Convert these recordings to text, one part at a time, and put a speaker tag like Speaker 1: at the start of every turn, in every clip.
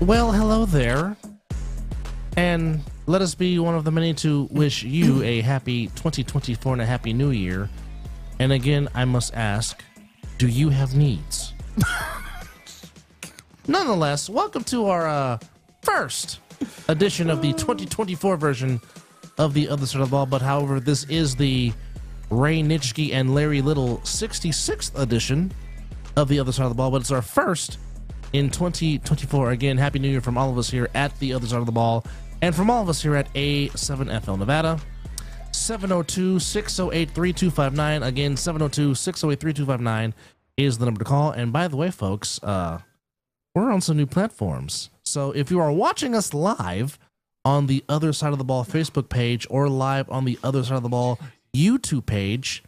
Speaker 1: Well, hello there. And let us be one of the many to wish you a happy 2024 and a happy new year. And again, I must ask do you have needs? Nonetheless, welcome to our uh, first edition of the 2024 version of The Other Side of the Ball. But however, this is the Ray Nitschke and Larry Little 66th edition of The Other Side of the Ball. But it's our first in 2024. Again, Happy New Year from all of us here at The Other Side of the Ball and from all of us here at A7FL Nevada. 702 608 3259. Again, 702 608 3259 is the number to call. And by the way, folks, uh, we're on some new platforms. So if you are watching us live on the Other Side of the Ball Facebook page or live on the Other Side of the Ball YouTube page,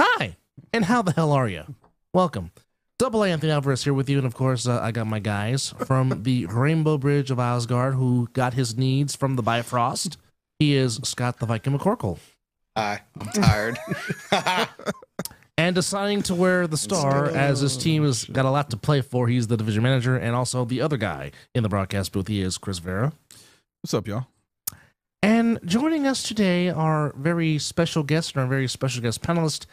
Speaker 1: hi, and how the hell are you? Welcome. Double A Anthony Alvarez here with you. And of course, uh, I got my guys from the Rainbow Bridge of Asgard who got his needs from the Bifrost. He is Scott the Viking McCorkle.
Speaker 2: Hi, I'm tired.
Speaker 1: and deciding to wear the star as his team has got a lot to play for. He's the division manager and also the other guy in the broadcast booth. He is Chris Vera.
Speaker 3: What's up, y'all?
Speaker 1: And joining us today, our very special guest and our very special guest panelist,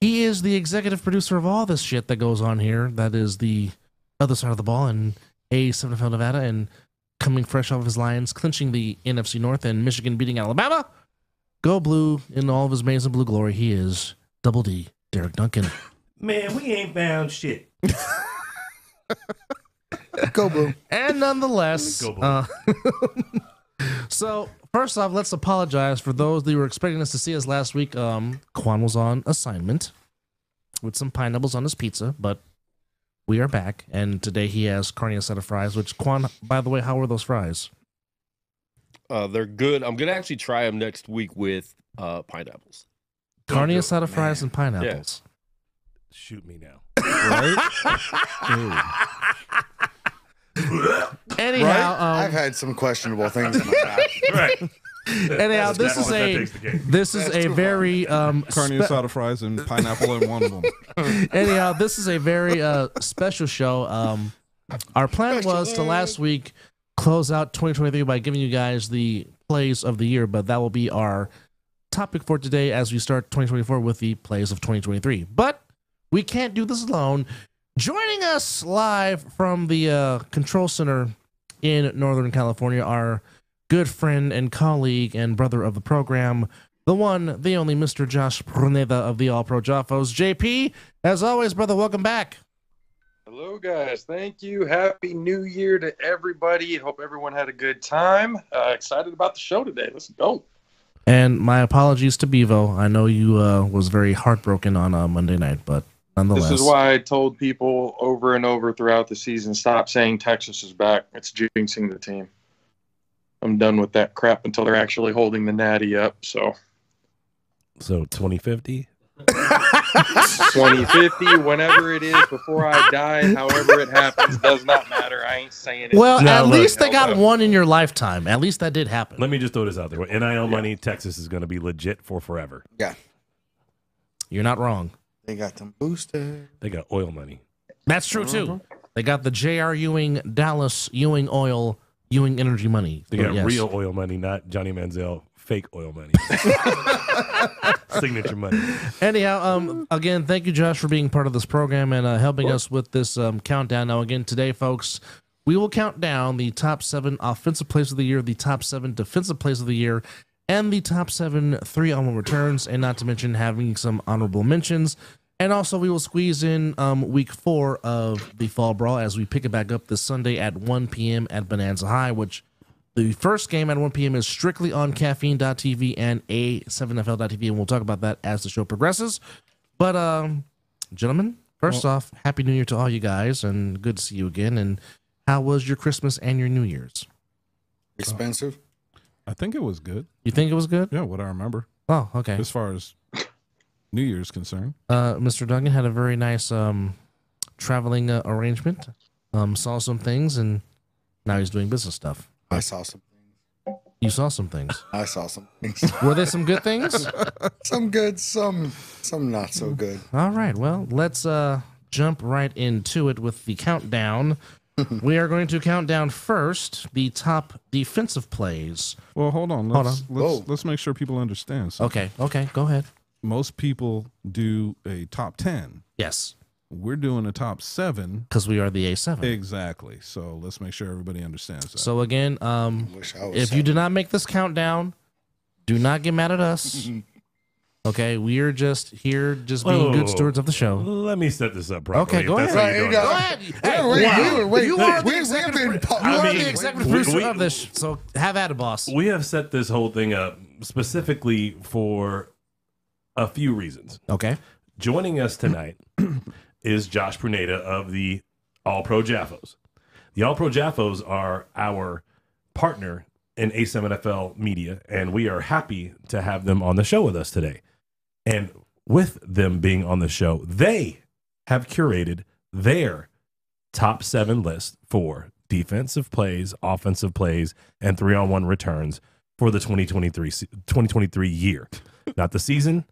Speaker 1: he is the executive producer of all this shit that goes on here. That is the other side of the ball in A7FL Nevada and coming fresh off his Lions, clinching the NFC North and Michigan beating Alabama. Go blue in all of his maize and blue glory. He is double D, Derek Duncan.
Speaker 4: Man, we ain't found shit.
Speaker 3: Go blue.
Speaker 1: And nonetheless,
Speaker 4: Go, boy.
Speaker 1: uh, so first off, let's apologize for those that were expecting us to see us last week. Um, Quan was on assignment with some pineapples on his pizza, but we are back, and today he has carne asada fries. Which Quan, by the way, how were those fries?
Speaker 5: Uh, they're good. I'm gonna actually try them next week with uh, pineapples.
Speaker 1: Carne
Speaker 4: do it,
Speaker 1: asada fries and pineapples.
Speaker 4: Shoot me now.
Speaker 3: Right?
Speaker 1: Anyhow,
Speaker 2: Right? I've
Speaker 1: um,
Speaker 2: had some questionable things in my life.
Speaker 4: Right.
Speaker 1: anyhow,
Speaker 4: That's
Speaker 1: this is
Speaker 4: bad. That
Speaker 1: a
Speaker 4: takes the cake.
Speaker 1: this is a very um
Speaker 3: Ooh. Carne
Speaker 1: spe-
Speaker 3: asada fries and pineapple in one of them.
Speaker 1: Anyhow, this is a very uh, special show. Um, our plan was to last week close out 2023 by giving you guys the plays of the year, but that will be our topic for today as we start 2024 with the plays of 2023. But we can't do this alone. Joining us live from the uh, control center in Northern California, our good friend and colleague and brother of the program, the one, the only Mr. Josh Pruneda of the All Pro Jaffos. JP, as always, brother, welcome back.
Speaker 6: Hello, guys. Thank you. Happy New Year to everybody. Hope everyone had a good time. Uh, excited about the show today. Let's go.
Speaker 1: And my apologies to Bevo. I know you uh, was very heartbroken on uh, Monday night, but nonetheless,
Speaker 6: This is why I told people over and over throughout the season stop saying Texas is back. It's jinxing the team. I'm done with that crap until they're actually holding the natty up. So
Speaker 4: So 2050.
Speaker 6: 2050, whenever it is, before I die, however it happens, does not matter. I ain't saying it.
Speaker 1: well,
Speaker 4: No,
Speaker 1: at
Speaker 4: look.
Speaker 1: least they got one in your lifetime. At least that did happen.
Speaker 4: Let me just throw this out there. With NIL money, Texas is going to be legit for forever.
Speaker 1: You're not wrong.
Speaker 2: They got them boosters.
Speaker 4: They got oil money.
Speaker 1: That's true
Speaker 6: Uh-huh.
Speaker 1: too. They got the J.R. Ewing, Dallas Ewing Oil, Ewing Energy money.
Speaker 4: They
Speaker 1: So,
Speaker 4: got
Speaker 1: yes.
Speaker 4: real oil money, not Johnny Manziel fake oil money. Signature money.
Speaker 1: Anyhow, um, again, thank you, Josh, for being part of this program and uh, helping us with this um, countdown. Now, again, today, folks, we will count down the top seven offensive plays of the year, the top seven defensive plays of the year, and the top seven three on one returns, and not to mention having some honorable mentions. And also, we will squeeze in um, week four of the fall brawl as we pick it back up this Sunday at 1 p.m. at Bonanza High, which the first game at 1 p.m. is strictly on caffeine.tv and a7fl.tv, and we'll talk about that as the show progresses. But, um, gentlemen, first off, Happy New Year to all you guys, and good to see you again. And how was your Christmas and your New Year's?
Speaker 2: Expensive.
Speaker 3: I think it was good.
Speaker 1: You think it was good?
Speaker 3: Yeah, what I remember
Speaker 1: Oh, okay.
Speaker 3: as far as New Year's concerned.
Speaker 1: Uh, Mr. Duncan had a very nice um, traveling uh, arrangement, um, saw some things, and now he's doing business stuff.
Speaker 2: I saw some things.
Speaker 1: You saw some things.
Speaker 2: I saw some things.
Speaker 1: Were there some good things?
Speaker 2: some good, some some not so good.
Speaker 1: All right. Well, let's uh jump right into it with the countdown we are going to count down first the top defensive plays.
Speaker 3: Well, hold on.
Speaker 1: Hold
Speaker 3: Let's
Speaker 1: on.
Speaker 3: let's,
Speaker 2: Whoa.
Speaker 3: let's make sure people understand. So
Speaker 1: Okay, okay, go ahead.
Speaker 3: most people do a top ten.
Speaker 1: Yes,
Speaker 3: We're doing a top seven.
Speaker 1: because we are the A7.
Speaker 3: Exactly. So let's make sure everybody understands that.
Speaker 1: So again, um,
Speaker 2: Wish I was.
Speaker 1: if you
Speaker 2: seven.
Speaker 1: did not make this countdown, do not get mad at us. Okay, we are just here, just being
Speaker 4: Whoa.
Speaker 1: good stewards of the show.
Speaker 4: Let me set this up properly.
Speaker 1: Okay, go
Speaker 4: if that's
Speaker 1: ahead.
Speaker 4: how you're
Speaker 2: Right,
Speaker 4: doing
Speaker 2: you
Speaker 4: it.
Speaker 2: got-
Speaker 1: Hey,
Speaker 2: wait,
Speaker 1: wow.
Speaker 2: wait, wait,
Speaker 1: you
Speaker 2: wait,
Speaker 1: are the
Speaker 2: wait, we have
Speaker 1: executive,
Speaker 2: been
Speaker 1: pro-
Speaker 2: po-
Speaker 1: you
Speaker 4: I
Speaker 1: are
Speaker 4: mean,
Speaker 1: the executive
Speaker 4: we-
Speaker 1: producer
Speaker 4: we-
Speaker 1: of this, sh- so have at it, boss.
Speaker 4: We have set this whole thing up specifically for a few reasons.
Speaker 1: okay,
Speaker 4: Joining us tonight is Josh Pruneda of the All Pro Jaffos. The All Pro Jaffos are our partner in ASM NFL media, and we are happy to have them on the show with us today. And with them being on the show, they have curated their top seven list for defensive plays, offensive plays, and three on one returns for the 2023, se- 2023 year. Not the season,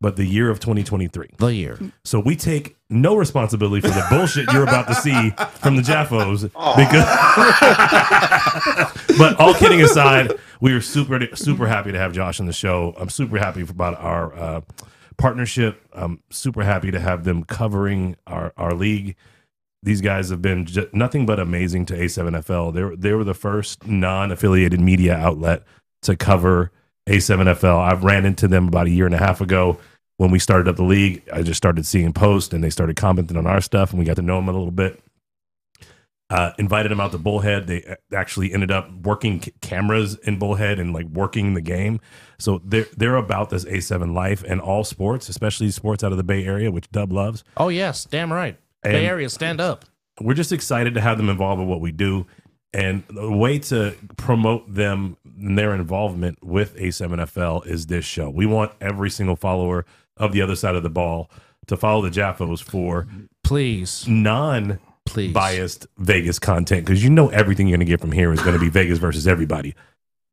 Speaker 4: but the year of 2023.
Speaker 1: the year.
Speaker 4: So we take no responsibility for the bullshit you're about to see from the Jaffos. Because, but all kidding aside, we are super super happy to have Josh on the show. I'm super happy about our uh, partnership. I'm super happy to have them covering our our league. These guys have been ju- nothing but amazing to A7FL. They were, they were the first non-affiliated media outlet to cover A7FL. I've ran into them about a year and a half ago when we started up the league, I just started seeing posts and they started commenting on our stuff and we got to know them a little bit. Uh, invited them out to Bullhead. They a- actually ended up working c- cameras in Bullhead and like working the game. So they're they're about this A7 life and all sports, especially sports out of the Bay Area, which Dub loves.
Speaker 1: Oh yes, damn right.
Speaker 4: And-
Speaker 1: Bay Area, stand up.
Speaker 4: we're just excited to have them involved in what we do. And the way to promote them and their involvement with A7FL is this show. We want every single follower of the other side of the ball to follow the Jaffos for
Speaker 1: Please,
Speaker 4: non
Speaker 1: please.
Speaker 4: biased Vegas content because you know everything you're going to get from here is going to be Vegas versus everybody.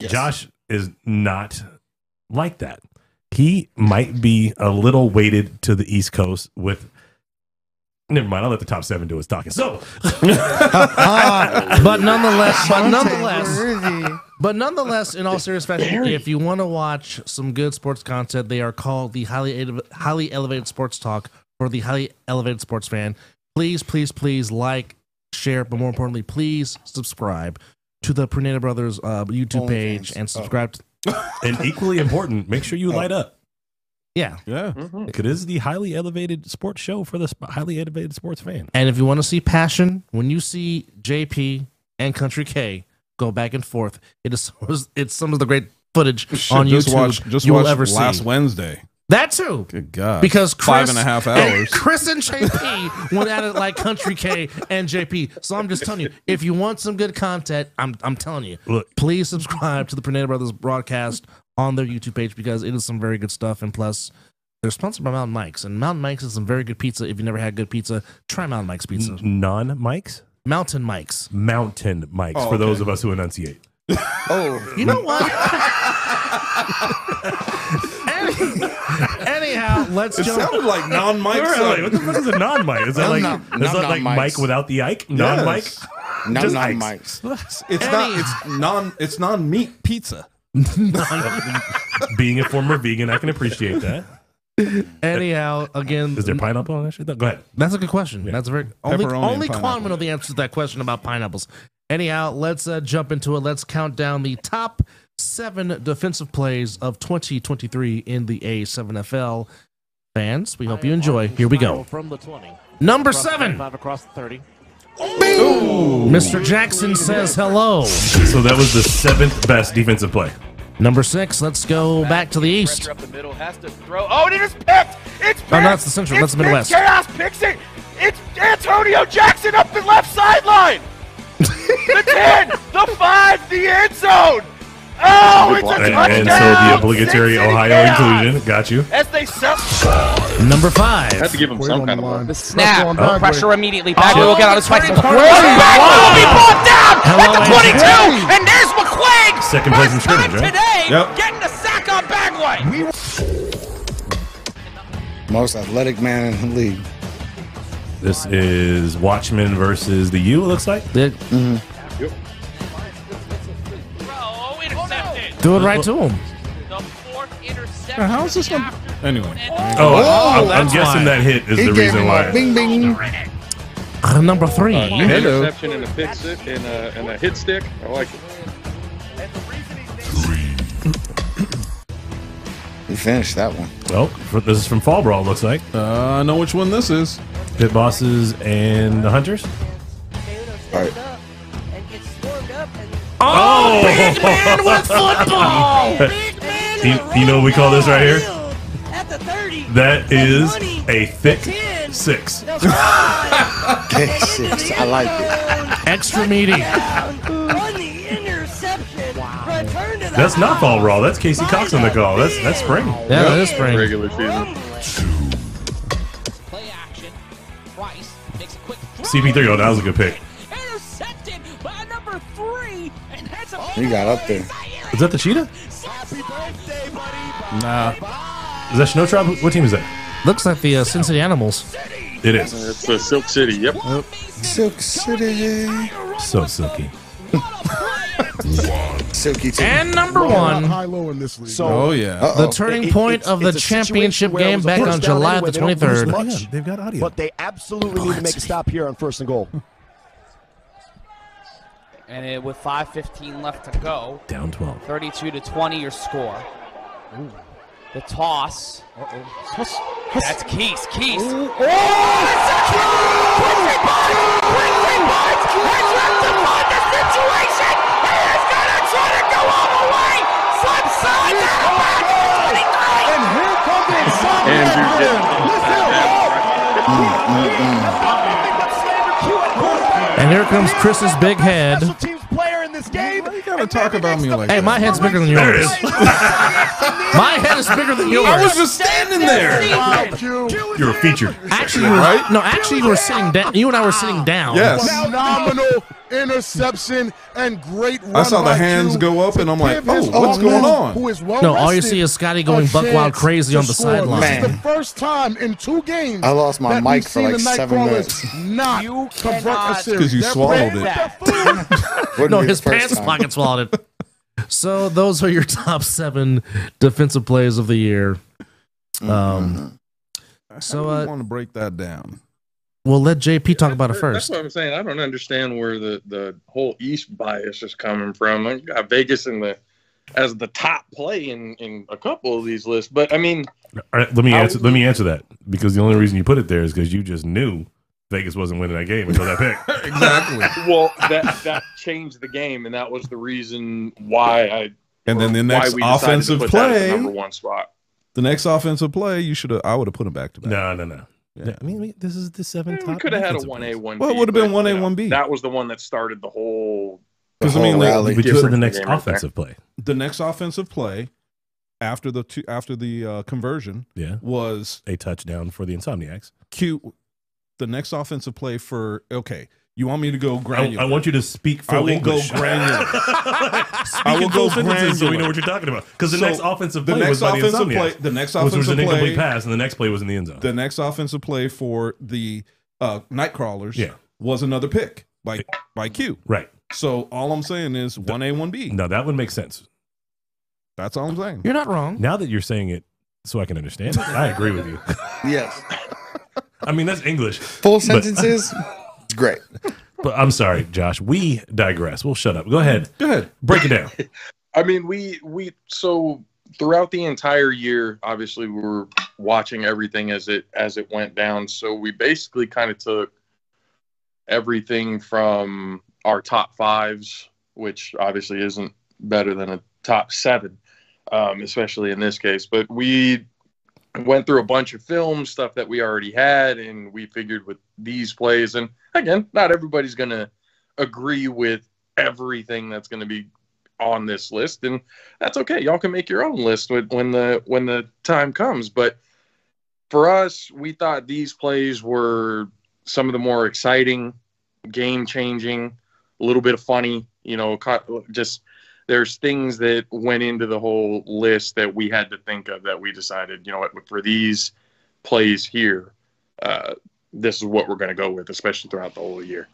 Speaker 4: Josh is not like that. He might be a little weighted to the East Coast with. Never mind. I'll let the top seven do its talking. So,
Speaker 1: Ah, but nonetheless, but nonetheless,
Speaker 7: Worthy.
Speaker 1: but nonetheless, in all serious fashion, if you want to watch some good sports content, they are called the highly Ele- highly elevated sports talk for the highly elevated sports fan. Please, please, please like, share, but more importantly, please subscribe to the Pruneda Brothers uh, YouTube
Speaker 2: OnlyFans.
Speaker 1: page and subscribe. To, Oh.
Speaker 4: and equally important, make sure you light up
Speaker 1: yeah,
Speaker 3: yeah.
Speaker 6: Mhm.
Speaker 4: because this is the highly elevated sports show for the sp- highly elevated sports fan.
Speaker 1: and if you want to see passion, when you see JP and Country K go back and forth, it is it's some of the great footage
Speaker 3: Shit,
Speaker 1: on
Speaker 3: just
Speaker 1: YouTube
Speaker 3: watch, just
Speaker 1: you
Speaker 3: watch
Speaker 1: will ever
Speaker 3: last
Speaker 1: see.
Speaker 3: Wednesday.
Speaker 1: That too.
Speaker 3: Good
Speaker 4: Uh,
Speaker 3: God.
Speaker 1: Because Chris,
Speaker 3: five and a half hours.
Speaker 1: Chris and JP went at it like Country K and JP. So I'm just telling you, if you want some good content, I'm I'm telling you,
Speaker 4: Look,
Speaker 1: please subscribe to the Pernada Brothers broadcast on their YouTube page because it is some very good stuff. And plus, they're sponsored by Mountain Mike's, and Mountain Mike's is some very good pizza. If you never had good pizza, try Mountain Mike's pizza.
Speaker 4: non mics,
Speaker 1: Mountain Mike's.
Speaker 4: mountain mics
Speaker 3: Oh,
Speaker 4: for those
Speaker 3: okay.
Speaker 4: of us who enunciate.
Speaker 2: Oh,
Speaker 1: You know what? Any- anyhow, let's
Speaker 3: It
Speaker 1: jump.
Speaker 3: sounded like non Mike.
Speaker 4: We're like, what the fuck is a non-mic? Is that like,
Speaker 2: Non-
Speaker 4: is that like
Speaker 2: non-mics.
Speaker 4: Mike without the Ike? Non-mic?
Speaker 2: not
Speaker 4: Just
Speaker 2: not
Speaker 4: ice.
Speaker 2: mics.
Speaker 3: It's
Speaker 1: Any-
Speaker 3: not. It's non. It's non meat pizza.
Speaker 4: Being a former vegan, I can appreciate that.
Speaker 1: Anyhow, again,
Speaker 4: Is there pineapple on that shit? though? Go ahead.
Speaker 1: That's a good question. That's a very only
Speaker 3: Pepperoni and
Speaker 1: only Quan
Speaker 3: pineapple.
Speaker 1: would know the answer to that question about pineapples. Anyhow, let's uh, jump into it. Let's count down the top seven defensive plays of 2023 in the A7FL. Fans, we hope you enjoy. Here we go.
Speaker 8: From the 20.
Speaker 1: Number
Speaker 8: Across the
Speaker 1: seven,
Speaker 8: 25, across the 30.
Speaker 1: Mr. Jackson says hello.
Speaker 4: So that was the seventh best defensive play.
Speaker 1: Number six, let's go back to the east.
Speaker 9: Pressure up the middle, has to throw. Oh, and it is picked! It's picked!
Speaker 1: Oh, no, that's the central,
Speaker 9: It's
Speaker 1: that's the Midwest.
Speaker 9: picked. Chaos picks it! It's Antonio Jackson up the left sideline! the 10, the 5, the end zone! Oh, it's a
Speaker 4: And,
Speaker 9: touchdown!
Speaker 4: and so the obligatory
Speaker 9: Six City
Speaker 4: Ohio
Speaker 9: Chaos!
Speaker 4: inclusion got you.
Speaker 9: As they sell.
Speaker 1: Number
Speaker 6: I had to
Speaker 1: five,
Speaker 6: give him some kind of one.
Speaker 7: The
Speaker 10: Snap. Oh.
Speaker 7: Going back
Speaker 10: Pressure immediately. Bagley
Speaker 1: Oh,
Speaker 10: will get on his spikes.
Speaker 1: Curry
Speaker 10: Bagley
Speaker 9: Oh,
Speaker 10: will be brought down
Speaker 1: Hello,
Speaker 10: at the
Speaker 1: Andrew.
Speaker 10: 22. And there's McQuaig.
Speaker 4: Second place in
Speaker 10: First time
Speaker 4: scrimmage, right?
Speaker 10: today
Speaker 3: Yep.
Speaker 10: getting the sack on Bagley.
Speaker 2: Most athletic man in the league.
Speaker 4: This is Watchmen versus the U. It looks like.
Speaker 1: They-
Speaker 11: Mm-hmm.
Speaker 10: Bro, intercepted.
Speaker 1: Do it right to him.
Speaker 10: The fourth interception.
Speaker 3: Now, how is this one? Anyway,
Speaker 4: Oh, I- I'm, I'm
Speaker 2: that's
Speaker 4: guessing
Speaker 2: why.
Speaker 4: that hit is
Speaker 2: He
Speaker 4: the
Speaker 2: gave
Speaker 4: reason
Speaker 2: him
Speaker 4: why. Uh,
Speaker 2: a Bing, bing.
Speaker 1: Number three.
Speaker 6: An
Speaker 2: Hello.
Speaker 6: interception and a pick si- and a, and a hit stick. I like it.
Speaker 2: He finished that one.
Speaker 4: Well, for, this is from Fall Brawl. it Looks like
Speaker 3: uh, I know which one this is.
Speaker 4: Pit Bosses and the Hunters.
Speaker 2: Alright.
Speaker 4: Oh,
Speaker 1: Man with football.
Speaker 4: You- you know what we call this right here?
Speaker 7: At the 30.
Speaker 4: that is a thick
Speaker 7: Ten.
Speaker 4: six.
Speaker 2: Six. I like it.
Speaker 1: Extra meaty.
Speaker 7: On the interception. Return to the
Speaker 4: That's not Fall Brawl. That's Casey
Speaker 7: By
Speaker 4: Cox on the
Speaker 7: the
Speaker 4: call. That's that's spring.
Speaker 1: Yeah, that is spring.
Speaker 6: Regular season.
Speaker 10: Play action. Price makes a quick throw.
Speaker 4: CP3. Oh, that was a good pick.
Speaker 10: Intercepted by number three, and that's a.
Speaker 2: He got up there.
Speaker 4: Is that the cheetah?
Speaker 3: Nah.
Speaker 4: Is that Snow Tribe? What team is that?
Speaker 1: Looks like the uh, Cincinnati Animals.
Speaker 4: It is.
Speaker 6: It's the Silk City. Yep.
Speaker 2: Silk City.
Speaker 4: So silky.
Speaker 2: Silky too.
Speaker 1: And number
Speaker 8: One
Speaker 1: one,
Speaker 8: high low in this league.
Speaker 3: Oh yeah.
Speaker 1: the
Speaker 2: Uh-oh.
Speaker 1: turning
Speaker 8: It- it-
Speaker 1: point
Speaker 8: it's-
Speaker 1: of the
Speaker 8: it's a situation
Speaker 1: championship
Speaker 8: where it
Speaker 1: game
Speaker 8: was a
Speaker 1: back
Speaker 8: first
Speaker 1: on
Speaker 8: down
Speaker 1: July the
Speaker 8: anyway, they don't lose
Speaker 1: 23rd.
Speaker 8: much,
Speaker 4: Yeah, they've got audio.
Speaker 8: But they absolutely need to make a stop here on first and goal.
Speaker 10: And it, with 5:15 left to go,
Speaker 4: Down 12.
Speaker 10: 32 to 20, your score. The toss. That's Keys. Keys.
Speaker 6: Andrew Jackson.
Speaker 1: And here comes Chris's big head.
Speaker 3: Why you gotta talk about me like
Speaker 1: Hey,
Speaker 3: that?
Speaker 1: my head's bigger than
Speaker 4: There it
Speaker 1: yours.
Speaker 4: is.
Speaker 1: My head is bigger than yours.
Speaker 3: I was just standing there.
Speaker 4: You're a feature.
Speaker 1: actually, you were, no, actually, you were sitting down. You and I were sitting down.
Speaker 3: Yes.
Speaker 8: Phenomenal interception and great run.
Speaker 3: I saw the
Speaker 8: by
Speaker 3: hands
Speaker 8: Q.
Speaker 3: go up, and I'm like,
Speaker 8: Give his
Speaker 3: oh, what's
Speaker 8: opponent,
Speaker 3: going on?
Speaker 8: who is well
Speaker 1: No, all you
Speaker 8: rested,
Speaker 1: see is Scotty going
Speaker 8: a
Speaker 1: buck wild
Speaker 8: chance
Speaker 1: crazy
Speaker 8: to
Speaker 1: on the
Speaker 8: score.
Speaker 1: sideline.
Speaker 8: This is the
Speaker 2: Man.
Speaker 8: first time in two games.
Speaker 2: I lost my
Speaker 8: that
Speaker 2: mic
Speaker 8: we've
Speaker 2: for
Speaker 8: seen
Speaker 2: like
Speaker 8: the
Speaker 2: seven
Speaker 8: Nightcrawlers
Speaker 2: minutes.
Speaker 8: Not
Speaker 10: You
Speaker 8: convert
Speaker 10: cannot
Speaker 8: a series.
Speaker 3: 'Cause you
Speaker 8: They're
Speaker 3: swallowed
Speaker 8: brave.
Speaker 3: it.
Speaker 10: That.
Speaker 2: Wouldn't
Speaker 1: No,
Speaker 2: be the
Speaker 1: his
Speaker 2: first
Speaker 1: pants
Speaker 2: time.
Speaker 1: pocket swallowed it. So those are your top seven defensive plays of the year.
Speaker 2: Mm-hmm.
Speaker 1: Um, So,
Speaker 3: So I
Speaker 1: uh,
Speaker 3: want to break that down.
Speaker 1: we'll let JP talk about it
Speaker 6: That's
Speaker 1: first.
Speaker 6: what I'm saying. I don't understand where the, the whole East bias is coming from. I got Vegas in the as the top play in, in a couple of these lists, but I mean,
Speaker 4: All right, let me
Speaker 6: How-
Speaker 4: answer. Let me answer that because the only reason you put it there is because you just knew Vegas wasn't winning that game until that pick.
Speaker 3: Exactly.
Speaker 6: well, that that changed the game, and that was the reason why I
Speaker 3: and
Speaker 6: or
Speaker 3: then the
Speaker 6: why
Speaker 3: next
Speaker 6: we decided to
Speaker 3: offensive
Speaker 6: put that as the
Speaker 3: play,
Speaker 6: number one spot.
Speaker 3: the next offensive play, you should have. I would have put him back to back.
Speaker 4: no, no, no.
Speaker 3: Yeah.
Speaker 4: I mean, we- this is the
Speaker 6: Yeah,
Speaker 4: seventh.
Speaker 6: Eh, we
Speaker 4: top
Speaker 6: could have had a
Speaker 4: defensive
Speaker 6: one A
Speaker 4: players.
Speaker 6: one.
Speaker 3: Well, it would've been 1A, 1B.
Speaker 6: That was the one that started the whole.
Speaker 2: The
Speaker 3: 'Cause, I mean,
Speaker 2: whole
Speaker 3: like,
Speaker 2: rally.
Speaker 4: We just said the
Speaker 6: Different
Speaker 4: next
Speaker 6: game right there.
Speaker 4: offensive play.
Speaker 3: The next offensive play after the two after the uh, conversion
Speaker 4: Yeah,
Speaker 3: was
Speaker 4: a touchdown for the Insomniacs.
Speaker 3: Q. The next offensive play for okay. You want me to go
Speaker 4: I,
Speaker 3: granular?
Speaker 4: I want you to speak full
Speaker 3: I will go
Speaker 4: English.
Speaker 3: granular.
Speaker 4: Speak
Speaker 3: I will
Speaker 4: in full
Speaker 3: go
Speaker 4: sentences so we
Speaker 3: granular.
Speaker 4: know what you're talking about. Because the
Speaker 3: So,
Speaker 4: next offensive
Speaker 3: the
Speaker 4: play
Speaker 3: next
Speaker 4: was by the
Speaker 3: offensive play.
Speaker 4: Insomniacs,
Speaker 3: The next
Speaker 4: which was
Speaker 3: offensive
Speaker 4: an incomplete
Speaker 3: play.
Speaker 4: pass, and the next play was in the end zone.
Speaker 3: The next offensive play for the uh, night crawlers.
Speaker 4: Yeah.
Speaker 3: was another pick by by Q.
Speaker 4: right.
Speaker 3: So all I'm saying is one A, one B.
Speaker 4: No, that would make sense.
Speaker 3: That's all I'm saying.
Speaker 1: You're not wrong.
Speaker 4: Now that you're saying it, so I can understand it, I agree with you.
Speaker 2: Yes.
Speaker 4: I mean, that's English.
Speaker 2: Full sentences. It's great.
Speaker 4: But I'm sorry, Josh. We digress. We'll shut up. Go ahead.
Speaker 3: Go ahead.
Speaker 4: Break it down.
Speaker 6: I mean, we we so throughout the entire year, obviously we were watching everything as it as it went down. So we basically kind of took everything from our top fives, which obviously isn't better than a top seven, um, especially in this case. But we went through a bunch of film stuff that we already had, and we figured with these plays. And again, not everybody's going to agree with everything that's going to be on this list, and that's okay. Y'all can make your own list when when the when the time comes. But for us, we thought these plays were some of the more exciting, game changing, a little bit of funny. You know, co- just there's things that went into the whole list that we had to think of that we decided, you know what, for these plays here, uh, this is what we're going to go with, especially throughout the whole year.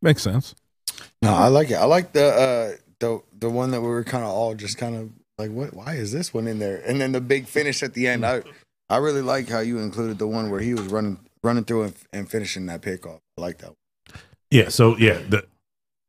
Speaker 3: Makes sense.
Speaker 2: No, I like it. I like the uh the the one that we were kind of all just kind of like, what? Why is this one in there? And then the big finish at the end. I I really like how you included the one where he was running running through and, and finishing that pickoff. I like that. One.
Speaker 4: Yeah. So yeah, the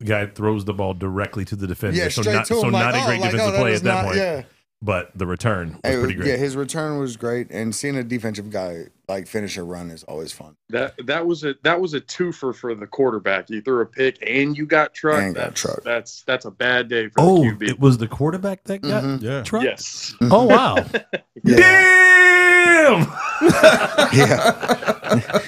Speaker 4: guy throws the ball directly to the defender.
Speaker 2: Yeah,
Speaker 4: so
Speaker 2: straight
Speaker 4: not
Speaker 2: to him,
Speaker 4: so
Speaker 2: like,
Speaker 4: not
Speaker 2: oh,
Speaker 4: a great
Speaker 2: like, no,
Speaker 4: defensive
Speaker 2: that
Speaker 4: play
Speaker 2: was
Speaker 4: at that
Speaker 2: not-
Speaker 4: point.
Speaker 2: yeah.
Speaker 4: But the return was
Speaker 2: Hey,
Speaker 4: pretty great.
Speaker 2: yeah, his return was great, and seeing a defensive guy like finish a run is always fun.
Speaker 6: That that was a that was a twofer for the quarterback. You threw a pick and you got trucked.
Speaker 2: And got
Speaker 6: that's,
Speaker 2: trucked.
Speaker 6: That's that's a bad day for
Speaker 4: Oh,
Speaker 6: the QB.
Speaker 4: it was the quarterback that got
Speaker 1: Mm-hmm.
Speaker 2: Mhm.
Speaker 3: Yeah.
Speaker 4: trucked?
Speaker 6: yes.
Speaker 4: Oh wow!
Speaker 2: Yeah,
Speaker 4: Damn!
Speaker 2: yeah.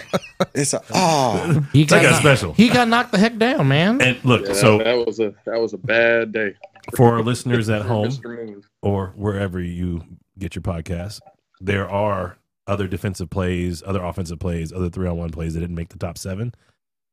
Speaker 2: it's a oh,
Speaker 1: He
Speaker 4: That got
Speaker 1: knocked-
Speaker 4: special.
Speaker 1: He got knocked the heck down, man.
Speaker 4: And look,
Speaker 6: Yeah,
Speaker 4: so
Speaker 6: that was a that was a bad day
Speaker 4: for our listeners at
Speaker 6: for
Speaker 4: home
Speaker 6: Mr. Moon.
Speaker 4: or wherever you get your podcast, there are other defensive plays, other offensive plays, other three on one plays that didn't make the top seven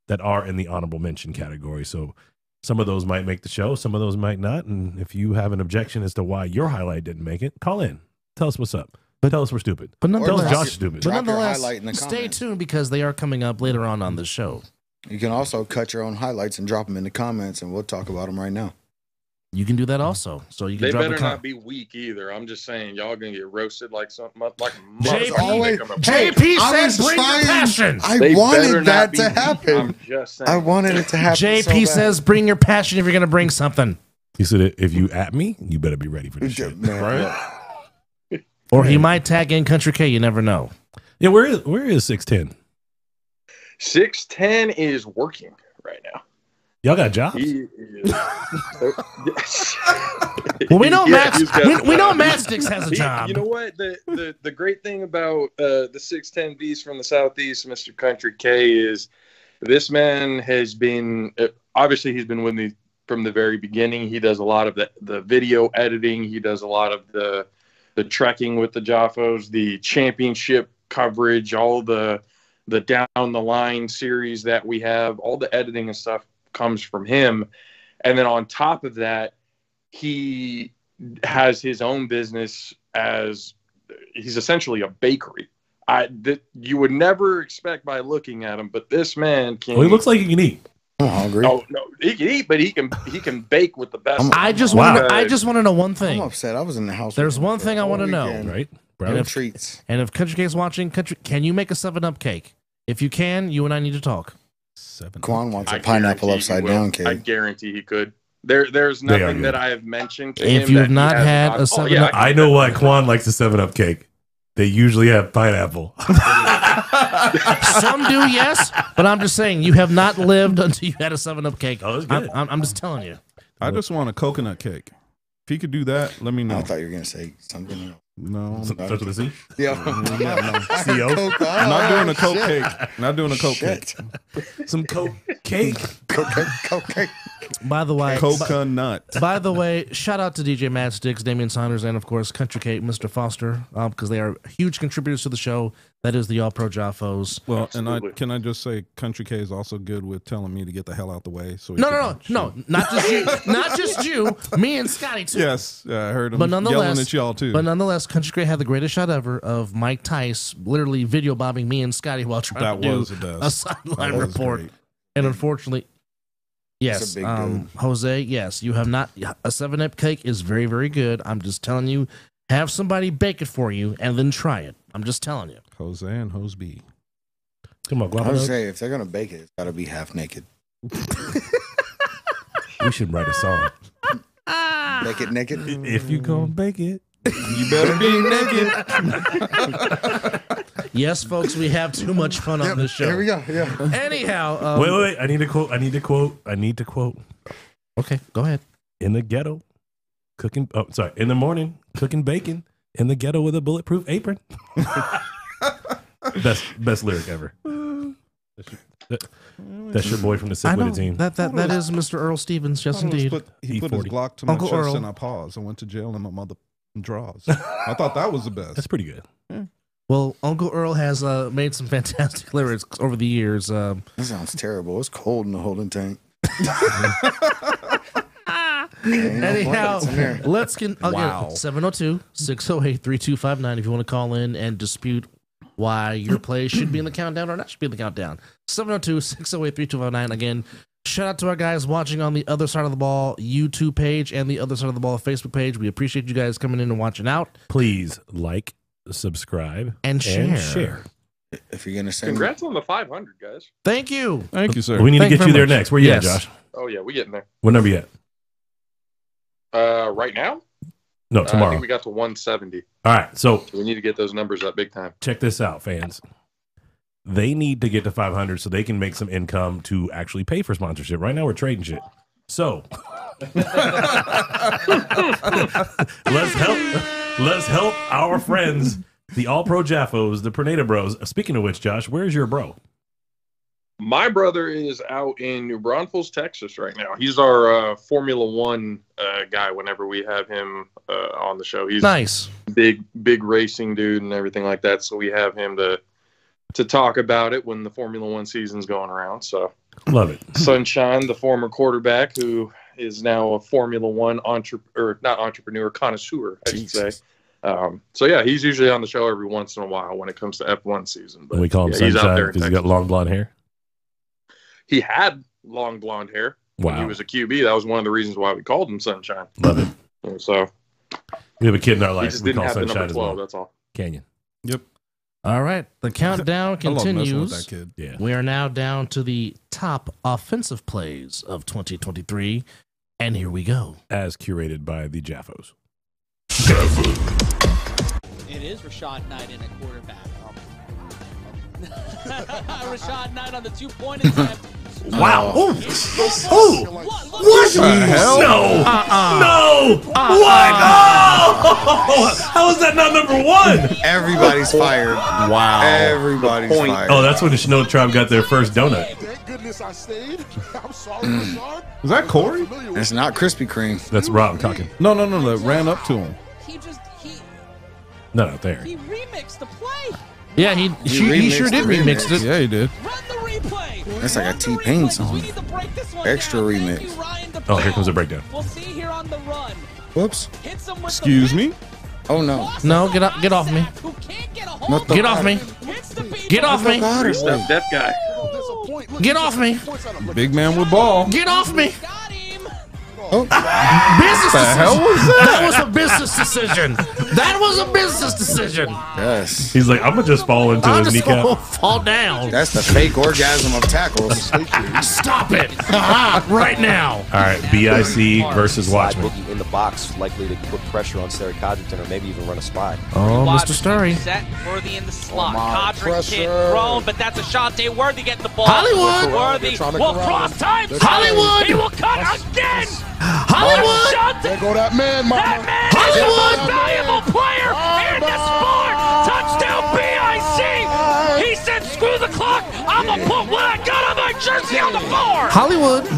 Speaker 4: that are in the honorable mention category. So some of those might make the show, some of those might not. And if you have an objection as to why your highlight didn't make it, call in. Tell us what's up. Tell us we're stupid.
Speaker 1: But
Speaker 2: Or
Speaker 4: Tell us
Speaker 2: drop
Speaker 1: nonetheless,
Speaker 4: Josh
Speaker 2: your-
Speaker 4: is stupid.
Speaker 1: but
Speaker 2: drop your
Speaker 1: nonetheless
Speaker 2: highlight in the
Speaker 1: stay
Speaker 2: comments.
Speaker 1: tuned because they are coming up later on on the show.
Speaker 2: You can also cut your own highlights and drop them in the comments, and we'll talk about them right now.
Speaker 1: You can do that also. So you can
Speaker 6: They
Speaker 1: drop
Speaker 6: better
Speaker 1: a
Speaker 6: not
Speaker 1: comment.
Speaker 6: be weak either. I'm just saying, y'all gonna get roasted like something like a
Speaker 1: JP
Speaker 6: mother-
Speaker 2: always-
Speaker 6: Come up-
Speaker 2: Hey,
Speaker 1: JP
Speaker 2: I
Speaker 1: said,
Speaker 2: was
Speaker 1: "Bring your
Speaker 2: trying-
Speaker 1: passion."
Speaker 2: I
Speaker 6: They better
Speaker 2: wanted
Speaker 6: not
Speaker 2: that
Speaker 6: be
Speaker 2: to
Speaker 6: weak.
Speaker 2: happen.
Speaker 6: I'm just saying.
Speaker 2: I wanted it to happen. so
Speaker 1: JP
Speaker 2: bad.
Speaker 1: says, "Bring your passion if you're going to bring something."
Speaker 4: He said, if you at me, you better be ready for this shit.
Speaker 2: Man,
Speaker 1: Or he might tag in Country K. You never know.
Speaker 4: Yeah, where is where is six ten?
Speaker 6: Six ten is working right now.
Speaker 4: Y'all got jobs.
Speaker 6: He is.
Speaker 1: Well, we know
Speaker 6: Yeah,
Speaker 1: Matt.
Speaker 6: he's got-
Speaker 1: We, we know Matt Sticks has a
Speaker 6: He-
Speaker 1: job.
Speaker 6: You know what? The, the the great thing about uh, the six ten beast from the southeast, Mister Country K, is this man has been uh, obviously he's been with me from the very beginning. He does a lot of the, the video editing. He does a lot of the the trekking with the Jaffos, the championship coverage, all the the down the line series that we have, all the editing and stuff comes from him. And then on top of that, he has his own business as he's essentially a bakery. I that you would never expect by looking at him, but this man can.
Speaker 4: Well, he looks like he can eat.
Speaker 2: I'm hungry.
Speaker 6: no, no, he can eat, but he can he can bake with the best.
Speaker 1: I just
Speaker 4: Wow.
Speaker 1: want. I just want to know one
Speaker 2: I'm
Speaker 1: thing.
Speaker 2: upset. I was in the house.
Speaker 1: There's one thing I
Speaker 2: want to
Speaker 1: wanna know,
Speaker 4: Right?
Speaker 2: No
Speaker 4: Brown.
Speaker 2: treats.
Speaker 1: And if Country K's watching, Country, can you make a Seven Up cake? If you can, you and I need to talk.
Speaker 4: Seven.
Speaker 2: Quan wants
Speaker 6: I
Speaker 2: a pineapple
Speaker 6: guarantee he
Speaker 2: upside
Speaker 6: will.
Speaker 2: down
Speaker 6: I
Speaker 2: cake.
Speaker 6: guarantee he could. There, there's
Speaker 4: They are
Speaker 6: nothing
Speaker 4: good.
Speaker 6: that I have mentioned. To
Speaker 1: If
Speaker 6: him
Speaker 1: you
Speaker 6: that
Speaker 1: have
Speaker 6: he
Speaker 1: not
Speaker 6: hasn't
Speaker 1: had
Speaker 6: done.
Speaker 1: a
Speaker 6: oh,
Speaker 1: 7
Speaker 6: yeah,
Speaker 1: Up-
Speaker 6: I,
Speaker 4: I know why Quan likes the seven up cake. They usually have pineapple.
Speaker 1: Some do, yes, but I'm just saying you have not lived until you had a Seven Up cake.
Speaker 4: Oh, it's
Speaker 1: I'm,
Speaker 4: good.
Speaker 1: I'm, I'm just telling you.
Speaker 3: I just want a coconut cake. If he could do that, let me know.
Speaker 2: I thought you were gonna say something. Else.
Speaker 3: no,
Speaker 4: That's what I see.
Speaker 2: Yeah,
Speaker 4: CO.
Speaker 3: I'm not doing a
Speaker 2: coke.
Speaker 3: coke cake. Not doing a coke cake.
Speaker 2: Shit.
Speaker 4: Some coke cake.
Speaker 2: Coke, coke, cake.
Speaker 1: By the way,
Speaker 3: Coconut.
Speaker 1: By the way, shout out to DJ Matt Sticks, Damian Saunders, and of course Country Kate, Mr. Foster, because they are huge contributors to the show. That is the All Pro Jaffos.
Speaker 3: Well, and I
Speaker 6: Absolutely.
Speaker 3: can I just say, Country K is also good with telling me to get the hell out the way. So he
Speaker 1: No,
Speaker 3: can-
Speaker 1: no, no, no, not just you, not just you, me and Scotty too.
Speaker 3: Yes, yeah, I heard him
Speaker 1: But
Speaker 3: yelling
Speaker 1: nonetheless-
Speaker 3: at y'all too.
Speaker 1: But nonetheless, Country Kate had the greatest shot ever of Mike Tice literally video bombing me and Scotty while trying
Speaker 3: that
Speaker 1: to
Speaker 3: was
Speaker 1: do
Speaker 3: a dust.
Speaker 1: a sideline
Speaker 3: That was
Speaker 1: report.
Speaker 3: great.
Speaker 1: And unfortunately, yes,
Speaker 2: big
Speaker 1: um, Jose, yes, you have not. A seven up cake is very, very good. I'm just telling you, have somebody bake it for you and then try it. I'm just telling you.
Speaker 3: Jose and Jose B.
Speaker 4: Come on,
Speaker 2: I would
Speaker 4: Guapo.
Speaker 2: say if they're gonna bake it, it's gotta be half naked.
Speaker 4: We should write a song.
Speaker 2: Bake it naked.
Speaker 4: If you gonna bake it.
Speaker 3: You better be naked.
Speaker 1: Yes, folks, we have too much fun on this
Speaker 2: Here we
Speaker 1: show.
Speaker 2: go. Yeah.
Speaker 1: Anyhow, um,
Speaker 4: Wait, wait, wait. I need to quote. I need to quote. I need to quote.
Speaker 1: okay, go ahead.
Speaker 4: In the ghetto, cooking. Oh, sorry. In the morning, cooking bacon. In the ghetto with a bulletproof apron. best best lyric ever. That's your- that- That's your boy from the Sick with team. E
Speaker 1: that that that is Mr. Earl Stevens. Yes, indeed.
Speaker 3: Put, he put his
Speaker 4: E40.
Speaker 3: Glock to my
Speaker 1: Uncle
Speaker 3: chest
Speaker 1: Earl.
Speaker 3: and I paused. I went to jail and my mother draws. I thought that was the
Speaker 4: That's
Speaker 3: best.
Speaker 4: pretty good.
Speaker 12: Hmm.
Speaker 1: Well, Uncle Earl has uh, made some fantastic lyrics over the years. Um,
Speaker 2: That sounds terrible. It's cold in the holding tank. Ain't no
Speaker 1: Anyhow,
Speaker 2: blankets in there.
Speaker 1: let's get oh again,
Speaker 3: Wow.
Speaker 1: 702 608 3259 if you want to call in and dispute why your play should be in the countdown or not should be in the countdown. 702 608 3259. Again, shout out to our guys watching on the Other Side of the Ball YouTube page and the Other Side of the Ball Facebook page. We appreciate you guys coming in and watching out.
Speaker 4: Please like, subscribe,
Speaker 1: and share.
Speaker 4: share.
Speaker 2: If you're gonna send,
Speaker 6: Congrats on the 500, guys.
Speaker 1: Thank you.
Speaker 3: Thank you, sir.
Speaker 4: We need
Speaker 1: Thank
Speaker 4: to
Speaker 1: you
Speaker 4: get
Speaker 1: very
Speaker 4: you there
Speaker 1: much.
Speaker 4: next. Where you at,
Speaker 1: Yes.
Speaker 4: Josh?
Speaker 6: Oh yeah, we getting there.
Speaker 4: What number you at?
Speaker 6: Uh, right now,
Speaker 4: No,
Speaker 6: Uh, I
Speaker 4: tomorrow.
Speaker 6: think we got to 170.
Speaker 4: All right. So
Speaker 6: So we need to get those numbers up big time.
Speaker 4: check this out, fans. They need to get to 500 so they can make some income to actually pay for sponsorship. Right now, we're trading shit. So let's help. Let's help our friends, the All Pro Jaffos, the Pernada Bros. Speaking of which, Josh, where's your bro?
Speaker 6: My brother is out in New Braunfels, Texas, right now. He's our uh, Formula One uh, guy. Whenever we have him uh, on the show, he's
Speaker 1: Nice.
Speaker 6: big, big racing dude and everything like that. So we have him to to talk about it when the Formula One season's going around. So
Speaker 4: Love it.
Speaker 6: Sunshine, the former quarterback who is now a Formula One entre- or not entrepreneur connoisseur, I should say. Um, so yeah, he's usually on the show every once in a while when it comes to F1 season. But
Speaker 4: we call him
Speaker 6: yeah, he's out
Speaker 4: Sunshine
Speaker 6: there in
Speaker 4: because he's got
Speaker 6: Texas.
Speaker 4: long blonde hair.
Speaker 6: He had long blonde hair. When he
Speaker 4: Wow.
Speaker 6: was a QB. That was one of the reasons why we called him Sunshine.
Speaker 4: Love it.
Speaker 6: And so
Speaker 4: We have a kid in our
Speaker 6: he
Speaker 4: life.
Speaker 6: just
Speaker 4: We
Speaker 6: didn't
Speaker 4: call
Speaker 6: have the
Speaker 4: Sunshine
Speaker 6: number
Speaker 4: as
Speaker 6: twelve.
Speaker 4: well.
Speaker 6: That's all.
Speaker 4: Canyon.
Speaker 1: All right. The countdown
Speaker 3: I love messing with
Speaker 1: continues.
Speaker 3: that kid.
Speaker 4: Yeah.
Speaker 1: We are now down to the top offensive plays of 2023. And here we go.
Speaker 4: As curated by the Jaffos.
Speaker 12: It is Rashad Knight in a quarterback. Rashad Knight on the two point attempt.
Speaker 4: Wow.
Speaker 12: Uh,
Speaker 4: Oh.
Speaker 12: Oh.
Speaker 4: What the hell? No.
Speaker 3: Uh-uh.
Speaker 4: No. what? Oh. How is that not number one?
Speaker 2: Everybody's fired.
Speaker 4: Wow.
Speaker 2: Everybody's fired.
Speaker 4: Oh, that's when the Chanel tribe got their first donut.
Speaker 8: Thank goodness I stayed. I'm sorry, Rashard.
Speaker 3: Is that Corey?
Speaker 2: It's not Krispy Kreme.
Speaker 4: That's Rob talking.
Speaker 3: No, no, no, that ran up to him.
Speaker 12: He just he
Speaker 4: Not out there.
Speaker 12: he remixed the play.
Speaker 1: Yeah, he,
Speaker 2: You
Speaker 1: he
Speaker 2: remixed
Speaker 1: sure did
Speaker 2: the
Speaker 1: remix
Speaker 2: remix.
Speaker 1: it.
Speaker 3: Yeah, he did.
Speaker 12: Run the replay.
Speaker 2: That's like a
Speaker 12: Run the
Speaker 2: T-Pain
Speaker 12: replay, 'cause
Speaker 2: song.
Speaker 12: We need to break this one
Speaker 2: Extra
Speaker 12: down.
Speaker 2: remix.
Speaker 12: Thank you, Ryan
Speaker 4: Oh, here comes
Speaker 12: DePaul.
Speaker 4: a breakdown.
Speaker 12: We'll see here on the run.
Speaker 2: Whoops.
Speaker 12: Hits him with
Speaker 3: Excuse
Speaker 12: the
Speaker 3: me?
Speaker 2: Oh no.
Speaker 1: No, get off, get off me.
Speaker 12: Who can't get a hold
Speaker 2: Not
Speaker 12: of
Speaker 2: the
Speaker 1: Get off me.
Speaker 12: it. Hits the people.
Speaker 1: Get off me.
Speaker 2: Water
Speaker 6: Stuff deaf guy.
Speaker 1: Get off me.
Speaker 3: Big man with ball.
Speaker 1: Get off me.
Speaker 12: Got him.
Speaker 1: Business
Speaker 3: The hell
Speaker 1: decision.
Speaker 3: was that?
Speaker 1: That was a business decision. That was a business decision.
Speaker 2: Yes.
Speaker 4: He's like, I'm gonna just fall into
Speaker 1: I'm
Speaker 4: his
Speaker 1: just
Speaker 4: kneecap.
Speaker 1: gonna fall down.
Speaker 2: That's the fake orgasm of tackles.
Speaker 1: Stop it Ah, right now.
Speaker 4: All right, BIC versus Watchmen.
Speaker 11: Boogie in the box, likely to put pressure on Sarah Codrington or maybe even run a spy.
Speaker 1: Oh, Mr.
Speaker 12: Watson
Speaker 1: Story.
Speaker 12: Set Worthy in the slot.
Speaker 8: my
Speaker 12: Codrick kid
Speaker 8: pressure.
Speaker 12: thrown, but that's Ashante Worthy getting the ball.
Speaker 1: Hollywood.
Speaker 12: Worthy
Speaker 8: They're trying to
Speaker 12: will
Speaker 8: corral
Speaker 12: cross
Speaker 8: him.
Speaker 12: time.
Speaker 8: They're trying to-
Speaker 1: Hollywood.
Speaker 12: He will cut again.
Speaker 1: Hollywood.
Speaker 12: Ashante,
Speaker 8: There go that man, mama.
Speaker 12: that man is the most
Speaker 1: Hollywood.
Speaker 12: valuable player
Speaker 2: Oh,
Speaker 12: in the sport. Touchdown, BIC. He said, screw the clock. I'm going to put what I got on my jersey on the floor.
Speaker 1: Hollywood.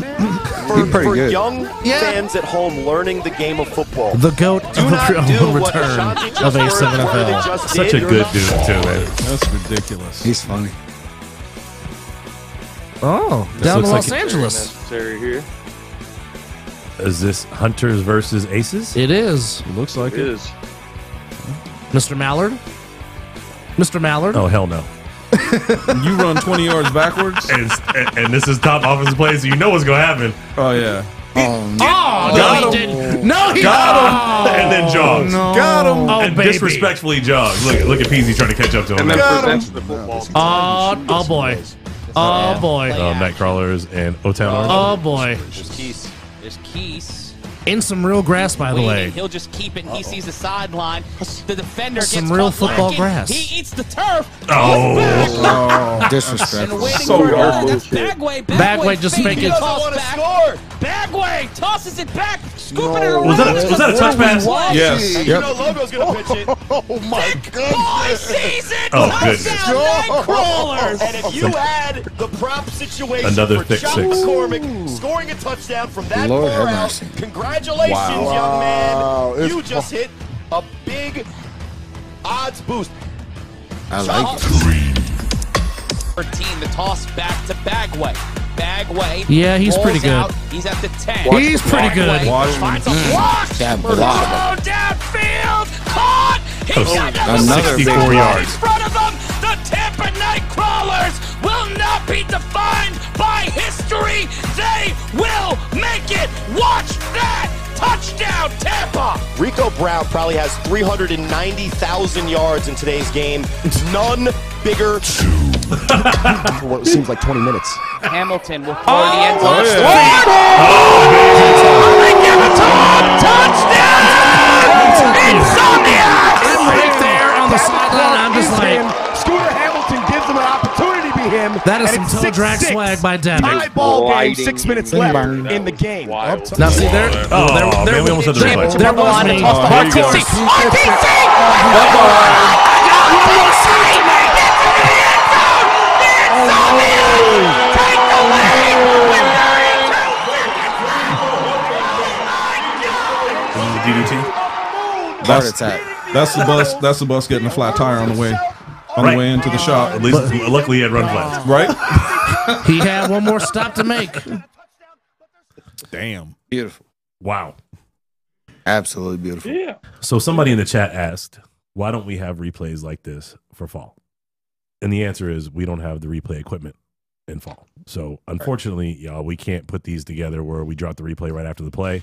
Speaker 11: For,
Speaker 2: pretty
Speaker 11: for
Speaker 2: good.
Speaker 11: young
Speaker 1: Yeah.
Speaker 11: fans at home learning the game of football.
Speaker 1: The goat
Speaker 11: do
Speaker 1: of the
Speaker 11: not
Speaker 1: pre-
Speaker 11: do
Speaker 1: home
Speaker 11: what
Speaker 1: return
Speaker 11: Ashanti just
Speaker 1: of
Speaker 11: learned,
Speaker 1: A7
Speaker 11: what they
Speaker 1: NFL.
Speaker 11: just
Speaker 4: Such
Speaker 11: did.
Speaker 4: a
Speaker 11: You're
Speaker 4: good
Speaker 11: not-
Speaker 4: dude too, man.
Speaker 3: That's ridiculous.
Speaker 2: He's funny.
Speaker 1: Oh, down in
Speaker 4: looks
Speaker 1: Los
Speaker 4: like
Speaker 1: Angeles.
Speaker 6: Terry here.
Speaker 4: Is this Hunters versus Aces?
Speaker 1: It is.
Speaker 3: Looks like
Speaker 6: It
Speaker 3: it.
Speaker 6: is.
Speaker 1: Mr. Mallard. Mr. Mallard.
Speaker 4: Oh hell no!
Speaker 3: You run 20 yards backwards?
Speaker 4: And, and, and this is top offensive play, so you know what's gonna happen.
Speaker 3: Oh, yeah.
Speaker 2: Oh no.
Speaker 1: Oh, no,
Speaker 4: Got
Speaker 1: he
Speaker 4: him.
Speaker 1: didn't. No, he
Speaker 4: Got him, and then jogs.
Speaker 3: Got him.
Speaker 1: Oh,
Speaker 4: and
Speaker 1: baby.
Speaker 4: disrespectfully jogs. Look, look at Peasy trying to catch up to him.
Speaker 6: And then
Speaker 3: Got
Speaker 6: presents the football.
Speaker 1: Oh, oh boy. Oh boy.
Speaker 4: Uh, Nightcrawlers and O Town.
Speaker 1: Oh boy.
Speaker 10: There's Keys. There's Keys.
Speaker 1: In some real grass, by the
Speaker 12: Waiting.
Speaker 1: way.
Speaker 12: He'll just keep it. and He sees the sideline. The defender
Speaker 1: Some
Speaker 12: gets
Speaker 1: real
Speaker 12: caught
Speaker 1: football
Speaker 12: lacking.
Speaker 1: grass.
Speaker 12: He eats the turf.
Speaker 4: Oh.
Speaker 12: Goes back
Speaker 1: Oh,
Speaker 2: Disrespect.
Speaker 12: and waiting
Speaker 3: So
Speaker 12: for
Speaker 3: wrong.
Speaker 12: it. That's Bagway.
Speaker 1: Bagway just
Speaker 12: faking
Speaker 1: fake it.
Speaker 12: toss back. Bagway tosses it back, scooping it around.
Speaker 4: Was that a- was that a touch pass?
Speaker 3: Yes.
Speaker 9: You know Logo's gonna pitch it.
Speaker 8: Oh my
Speaker 12: Boy
Speaker 8: goodness.
Speaker 12: season
Speaker 4: Oh, goodness.
Speaker 12: touchdown Nightcrawlers.
Speaker 9: And if you add the prop situation
Speaker 4: Another
Speaker 9: for
Speaker 4: thick
Speaker 9: Chuck
Speaker 4: six.
Speaker 9: McCormick scoring a touchdown from that
Speaker 2: Lord
Speaker 9: far
Speaker 2: have
Speaker 9: out,
Speaker 2: mercy.
Speaker 9: congratulations, young
Speaker 8: Wow,
Speaker 9: man.
Speaker 8: it's
Speaker 9: You just hit a big odds boost.
Speaker 2: I like it.
Speaker 12: 13, the toss back to Bagway. Bagway.
Speaker 1: Yeah, he's
Speaker 12: rolls
Speaker 1: pretty good.
Speaker 12: Out. He's at the 10.
Speaker 1: He's pretty good. Mm.
Speaker 12: Finds a block.
Speaker 2: That
Speaker 12: Throw
Speaker 2: block.
Speaker 12: downfield. Caught. He got
Speaker 4: Oh,
Speaker 12: that
Speaker 2: another
Speaker 12: six
Speaker 2: big
Speaker 12: yard
Speaker 4: yards.
Speaker 12: in front of him. The dollars will not be defined by history. They will make it. Watch that touchdown, Tampa.
Speaker 11: Ah, Rico Brown probably has 390,000 yards in today's game. None bigger. for what seems like 20 minutes.
Speaker 10: Hamilton
Speaker 9: Oh,
Speaker 10: will throw the end zone.
Speaker 1: I'm right there on the sideline. I'm just like,
Speaker 9: Scooter Hamilton gives him an opportunity to be him.
Speaker 1: that is
Speaker 9: and
Speaker 1: some
Speaker 9: it's
Speaker 1: toe drag
Speaker 9: 6-6.
Speaker 1: swag by Demi.
Speaker 9: Tie ball game, six minutes left in the game.
Speaker 1: Now see there,
Speaker 4: Oh,
Speaker 1: there,
Speaker 4: man,
Speaker 1: there,
Speaker 4: we almost had the
Speaker 1: there,
Speaker 4: replay.
Speaker 1: there was me.
Speaker 12: RTC!
Speaker 1: Oh,
Speaker 12: RTC!
Speaker 1: Oh,
Speaker 4: DDT.
Speaker 3: That's,
Speaker 2: attack.
Speaker 3: that's the bus. That's the bus getting a flat tire on the way, on
Speaker 4: Right.
Speaker 3: the way into the shop.
Speaker 4: At least, luckily, he had run flat.
Speaker 3: Right?
Speaker 1: He had one more stop to make.
Speaker 3: Damn.
Speaker 2: Beautiful.
Speaker 4: Wow.
Speaker 2: Absolutely beautiful.
Speaker 6: Yeah.
Speaker 4: So somebody in the chat asked, "Why don't we have replays like this for fall?" And the answer is we don't have the replay equipment in fall. So unfortunately, y'all, we can't put these together where we drop the replay right after the play.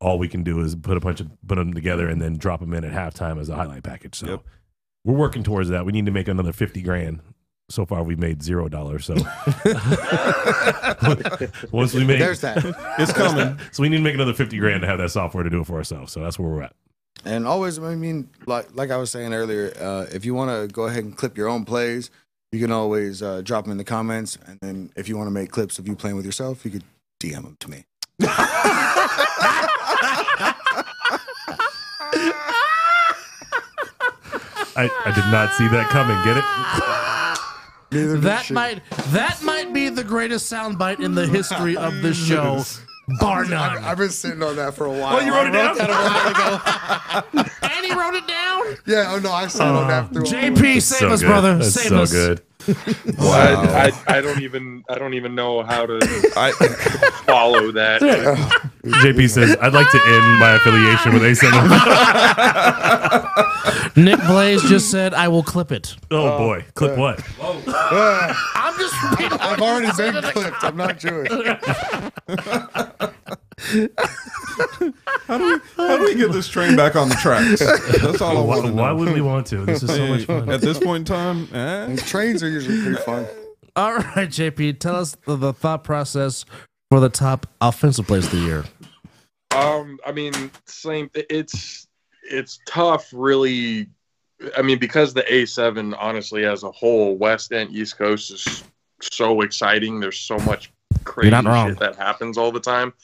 Speaker 4: All we can do is put a bunch of put them together and then drop them in at halftime as a highlight package. So we're working towards that. We need to make another fifty grand. So far, we've made zero dollars. So once we make
Speaker 2: There's that.
Speaker 3: It's coming.
Speaker 4: so we need to make another fifty grand to have that software to do it for ourselves. So that's where we're at.
Speaker 2: And always, I mean, like like I was saying earlier, uh, if you want to go ahead and clip your own plays, you can always uh, drop them in the comments. And then if you want to make clips of you playing with yourself, you could DM them to me.
Speaker 4: I, I did not see that coming. Get it?
Speaker 1: That might that might be the greatest soundbite in the history of this show, bar none.
Speaker 2: I've been sitting on that for a while.
Speaker 1: Oh, you wrote it
Speaker 2: I
Speaker 1: down?
Speaker 2: that a
Speaker 1: And he wrote it down.
Speaker 2: while- Yeah. Oh no, I sat on
Speaker 6: Uh,
Speaker 2: that through.
Speaker 1: JP, save us, brother. save us.
Speaker 6: I, I, I don't even I don't even know how to I, follow that.
Speaker 4: JP says, I'd like to end my affiliation with ASM.
Speaker 1: Nick Blaze just said, "I will clip it."
Speaker 4: oh, boy. Clip what?
Speaker 1: I'm just. I've
Speaker 2: already been clipped. I'm not Jewish.
Speaker 3: How do we how do we get this train back on the tracks? That's all I
Speaker 4: Why-
Speaker 3: want to know.
Speaker 4: why would we want to? This is so much fun.
Speaker 3: At this point in time, eh?
Speaker 2: Trains are usually pretty fun.
Speaker 1: All right, JP, tell us the, the thought process for the top offensive plays of the year.
Speaker 6: Um, I mean, same. It's it's tough, really. I mean, because the A seven, honestly, as a whole, West and East Coast is so exciting. There's so much crazy
Speaker 1: not wrong.
Speaker 6: shit that happens all the time.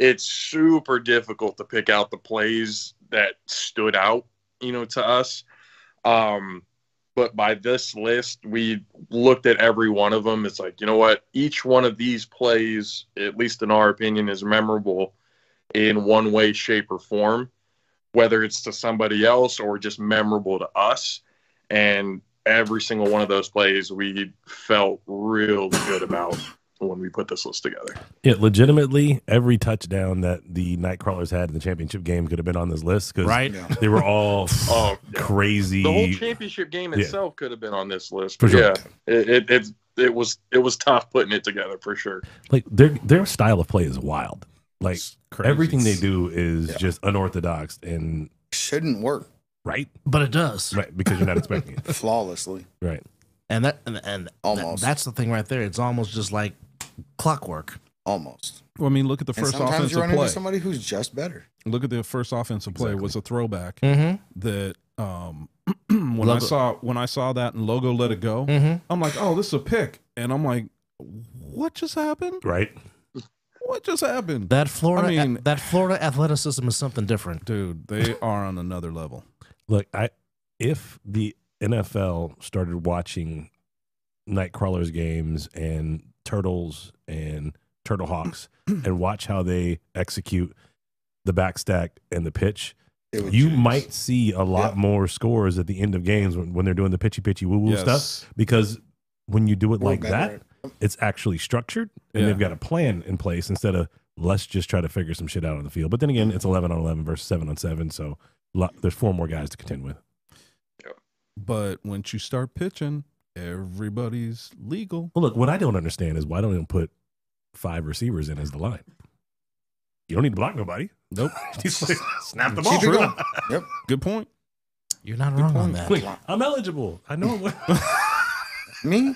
Speaker 6: It's super difficult to pick out the plays that stood out, you know, to us. Um, but by this list, we looked at every one of them. It's like, you know what? Each one of these plays, at least in our opinion, is memorable in one way, shape, or form, whether it's to somebody else or just memorable to us. And every single one of those plays we felt real good about when we put this list together.
Speaker 4: It legitimately, every touchdown that the Nightcrawlers had in the championship game could have been on this list because
Speaker 1: Right.
Speaker 4: they were all
Speaker 6: Oh, yeah.
Speaker 4: crazy.
Speaker 6: The whole championship game
Speaker 4: Yeah.
Speaker 6: itself could have been on this list.
Speaker 4: For sure.
Speaker 6: Yeah, it, it, it's- it was it was tough putting it together for sure.
Speaker 4: like their their style of play is wild. Like
Speaker 3: crazy.
Speaker 4: everything they do is just unorthodox and
Speaker 2: Shouldn't work
Speaker 4: right,
Speaker 1: But it does.
Speaker 4: right because you're not expecting it.
Speaker 2: flawlessly.
Speaker 4: Right.
Speaker 1: And that and, and that-
Speaker 2: Almost.
Speaker 1: that's the thing right there. It's almost just like clockwork.
Speaker 2: Almost.
Speaker 3: Well, I mean, look at the
Speaker 2: And
Speaker 3: first
Speaker 2: sometimes you
Speaker 3: offensive
Speaker 2: run
Speaker 3: play.
Speaker 2: into somebody who's just better.
Speaker 3: Look at the first offensive play was a throwback
Speaker 1: Mm-hmm.
Speaker 3: that um, when I
Speaker 1: Logo.
Speaker 3: saw when I saw that and logo let it go,
Speaker 1: Mm-hmm.
Speaker 3: I'm like, oh, this is a pick, and I'm like, what just happened?
Speaker 4: Right.
Speaker 3: What just happened,
Speaker 1: That Florida
Speaker 3: I mean-
Speaker 1: that Florida athleticism is something different.
Speaker 3: dude? They are on another level.
Speaker 4: Look, I if the NFL started watching Nightcrawlers games and Turtles and Turtlehawks and watch how they execute the backstack and the pitch,
Speaker 2: It would
Speaker 4: you
Speaker 2: change.
Speaker 4: might see a lot
Speaker 2: Yeah.
Speaker 4: more scores at the end of games when, when they're doing the pitchy pitchy woo woo stuff
Speaker 3: Yes.
Speaker 4: because when you do it
Speaker 2: We're
Speaker 4: like
Speaker 2: better
Speaker 4: that,
Speaker 2: at-
Speaker 4: it's actually structured and
Speaker 3: Yeah.
Speaker 4: they've got a plan in place instead of let's just try to figure some shit out on the field. But then again, it's 11 on 11 versus 7 on 7, so lo- there's four more guys to contend with.
Speaker 3: But once you start pitching, everybody's legal.
Speaker 4: Well, look, what I don't understand is why don't they put five receivers in as the line? You don't need to block nobody. Nope. Just like, snap the ball.
Speaker 3: Keep it going. yep. Good point.
Speaker 1: You're not wrong on that.
Speaker 4: Wait, I'm eligible. I know. What-
Speaker 2: Me?